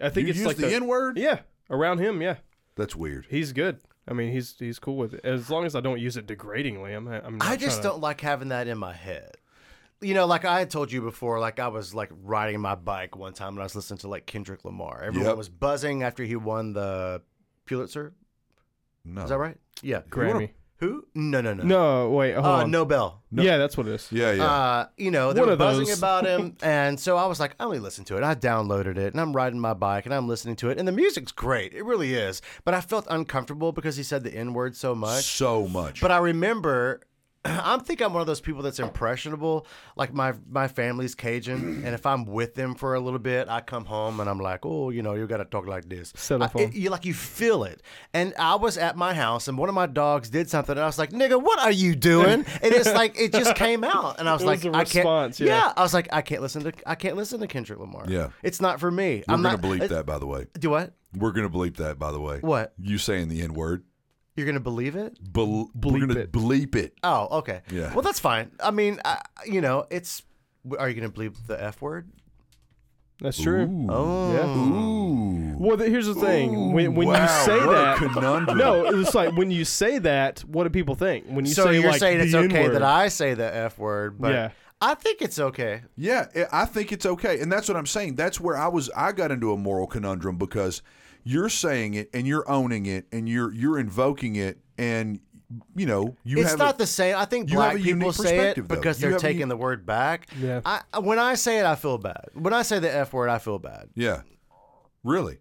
I think
you
it's
use
like
the N word?
Yeah, around him, yeah,
That's weird.
he's good. I mean, he's he's cool with it as long as I don't use it degradingly. I'm. I'm not
I just
tryna-
don't like having that in my head. You know, like I had told you before, like I was like riding my bike one time and I was listening to like Kendrick Lamar. Everyone
Yep.
was buzzing after he won the Pulitzer.
No.
Is that right? Yeah.
Grammy.
Who? No, no, no.
Oh. No, wait, hold
Uh,
on.
Nobel.
Yeah, that's what it is.
Yeah, yeah.
Uh, you know, they
One
were
of
buzzing
those.
about him. and so I was like, I only listen to it. I downloaded it and I'm riding my bike and I'm listening to it. And the music's great. It really is. Uh, But I felt uncomfortable because he said the N word so much.
so much.
But I remember I think I'm one of those people that's impressionable. Like my my family's Cajun, and if I'm with them for a little bit, I come home and I'm like, oh, you know, you gotta talk like this.
Settle
I-
for 'em.
it- you like you feel it. And I was at my house, and one of my dogs did something, and I was like, nigga, what are you doing? And it's like it just came out, and I was
It
like,
was a
I can't.
response, yeah.
I was like, I can't listen to I can't listen to Kendrick Lamar.
Yeah.
it's not for me.
We're
I'm
gonna
not
bleep
it-
that, by the way.
Do what?
We're gonna bleep that, by the way.
What?
you saying the n word?
You're gonna believe it?
Bel- we're gonna
it.
bleep it.
Oh, okay.
Yeah.
Well, that's fine. I mean, I, you know, it's. Are you gonna believe the f word?
That's true.
Oh.
Yeah.
Ooh.
Well, the, here's the thing. when when you
Wow,
say
what a
that,
conundrum.
no, it was like when you say that. What do people think when you
So
say
you're
like
saying
the
it's okay
N-word?
that I say the f word, but
Yeah.
I think it's okay.
Yeah, I- I think it's okay. And that's what I'm saying. That's where I was I got into a moral conundrum because you're saying it and you're owning it and you're you're invoking it and you know, you
it's
have
not
a-
the same. I think
you have
black
a unique
people say
perspective,
it
though.
because
You
they're
have a
taking
u-
the word back.
Yeah.
I, when I say it, I feel bad. When I say the f word, I feel bad.
Yeah. Really?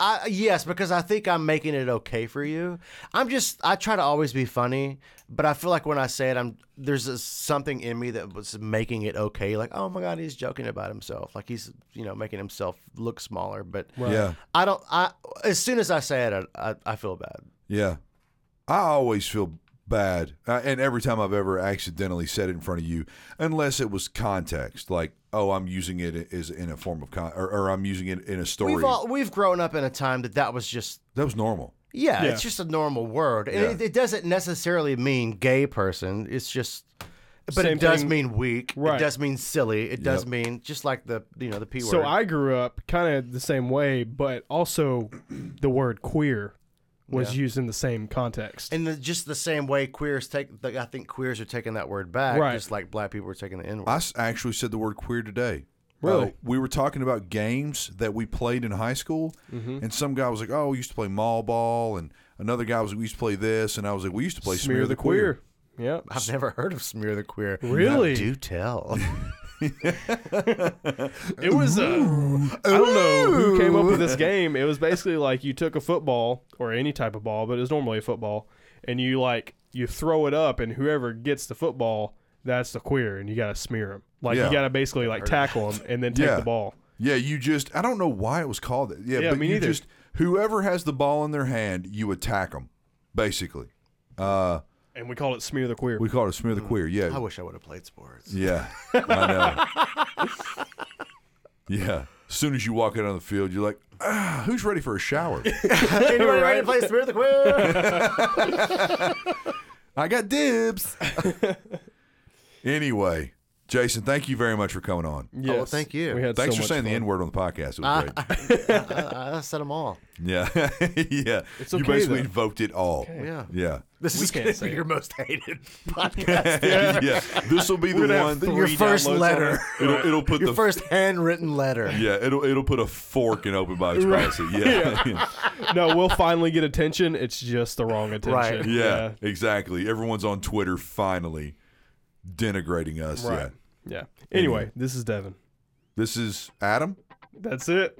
I, yes, because I think I'm making it okay for you. I'm just I try to always be funny, but I feel like when I say it, I'm there's a, something in me that was making it okay. Like, oh my god, he's joking about himself. Like he's you know making himself look smaller. But
Yeah.
I don't. I as soon as I say it, I I, I feel bad.
Yeah. I always feel bad. Uh, and every time I've ever accidentally said it in front of you, unless it was context, like, oh, I'm using it as in a form of con or, or I'm using it in a story.
We've all we've grown up in a time that that was just
that was normal.
Yeah,
Yeah.
it's just a normal word. And
Yeah.
It, it doesn't necessarily mean gay person. It's just, but
Same
it does
thing-
mean weak.
Right.
It does mean silly. It does
Yep.
mean just like the you know the p word.
So I grew up kind of the same way, but also the word queer was used in the same context.
and the, just the same way queers take. Like, I think queers are taking that word back,
Right.
just like black people are taking the n word.
I s- actually said the word queer today.
Really?
Uh, we were talking about games that we played in high school, and some guy was like, "Oh, we used to play mall ball," and another guy was, like, "We used to play this," and I was like, "We used to play smear, the, queer."
Yeah.
I've never heard of smear the queer.
Really?
do tell.
It was a, I don't know who came up with this game. It was basically like you took a football or any type of ball, but it was normally a football, and you like you throw it up, and whoever gets the football, that's the queer, and you gotta smear him. Like
Yeah.
you gotta basically like tackle him and then take
Yeah.
the ball.
Yeah, you just—I don't know why it was called that. Yeah,
Yeah,
but
me
you
neither.
just whoever has the ball in their hand, you attack them, basically. Uh,
And we call it smear the queer.
we call it smear the queer. Yeah,
I wish I would have played sports.
Yeah, I know. yeah. As soon as you walk out on the field, you're like, ah, who's ready for a shower?
Anybody ready to play smear the queer?
I got dibs. anyway, Jason, thank you very much for coming on.
yes.
Oh, well, thank you.
We had
Thanks
so
for
much Ah.
saying the
fun.
N word on the podcast. It was great.
I, I said them all.
Yeah. yeah.
okay,
you basically
though.
invoked it all.
Yeah.
Yeah.
This is
can't
going to
say
be
it.
your most hated podcast.
Yeah. This will be the
gonna have
one.
three
Your first
downloads on
letter.
it.
It'll, it'll put
Your
the
first handwritten letter.
Yeah, it'll it'll put a fork in open body's policy. Yeah. yeah.
no, we'll finally get attention. It's just the wrong attention.
Right.
Yeah, exactly. Everyone's on Twitter finally denigrating us.
Right.
Yeah.
Yeah. Anyway, this is Devin.
This is Adam.
That's it.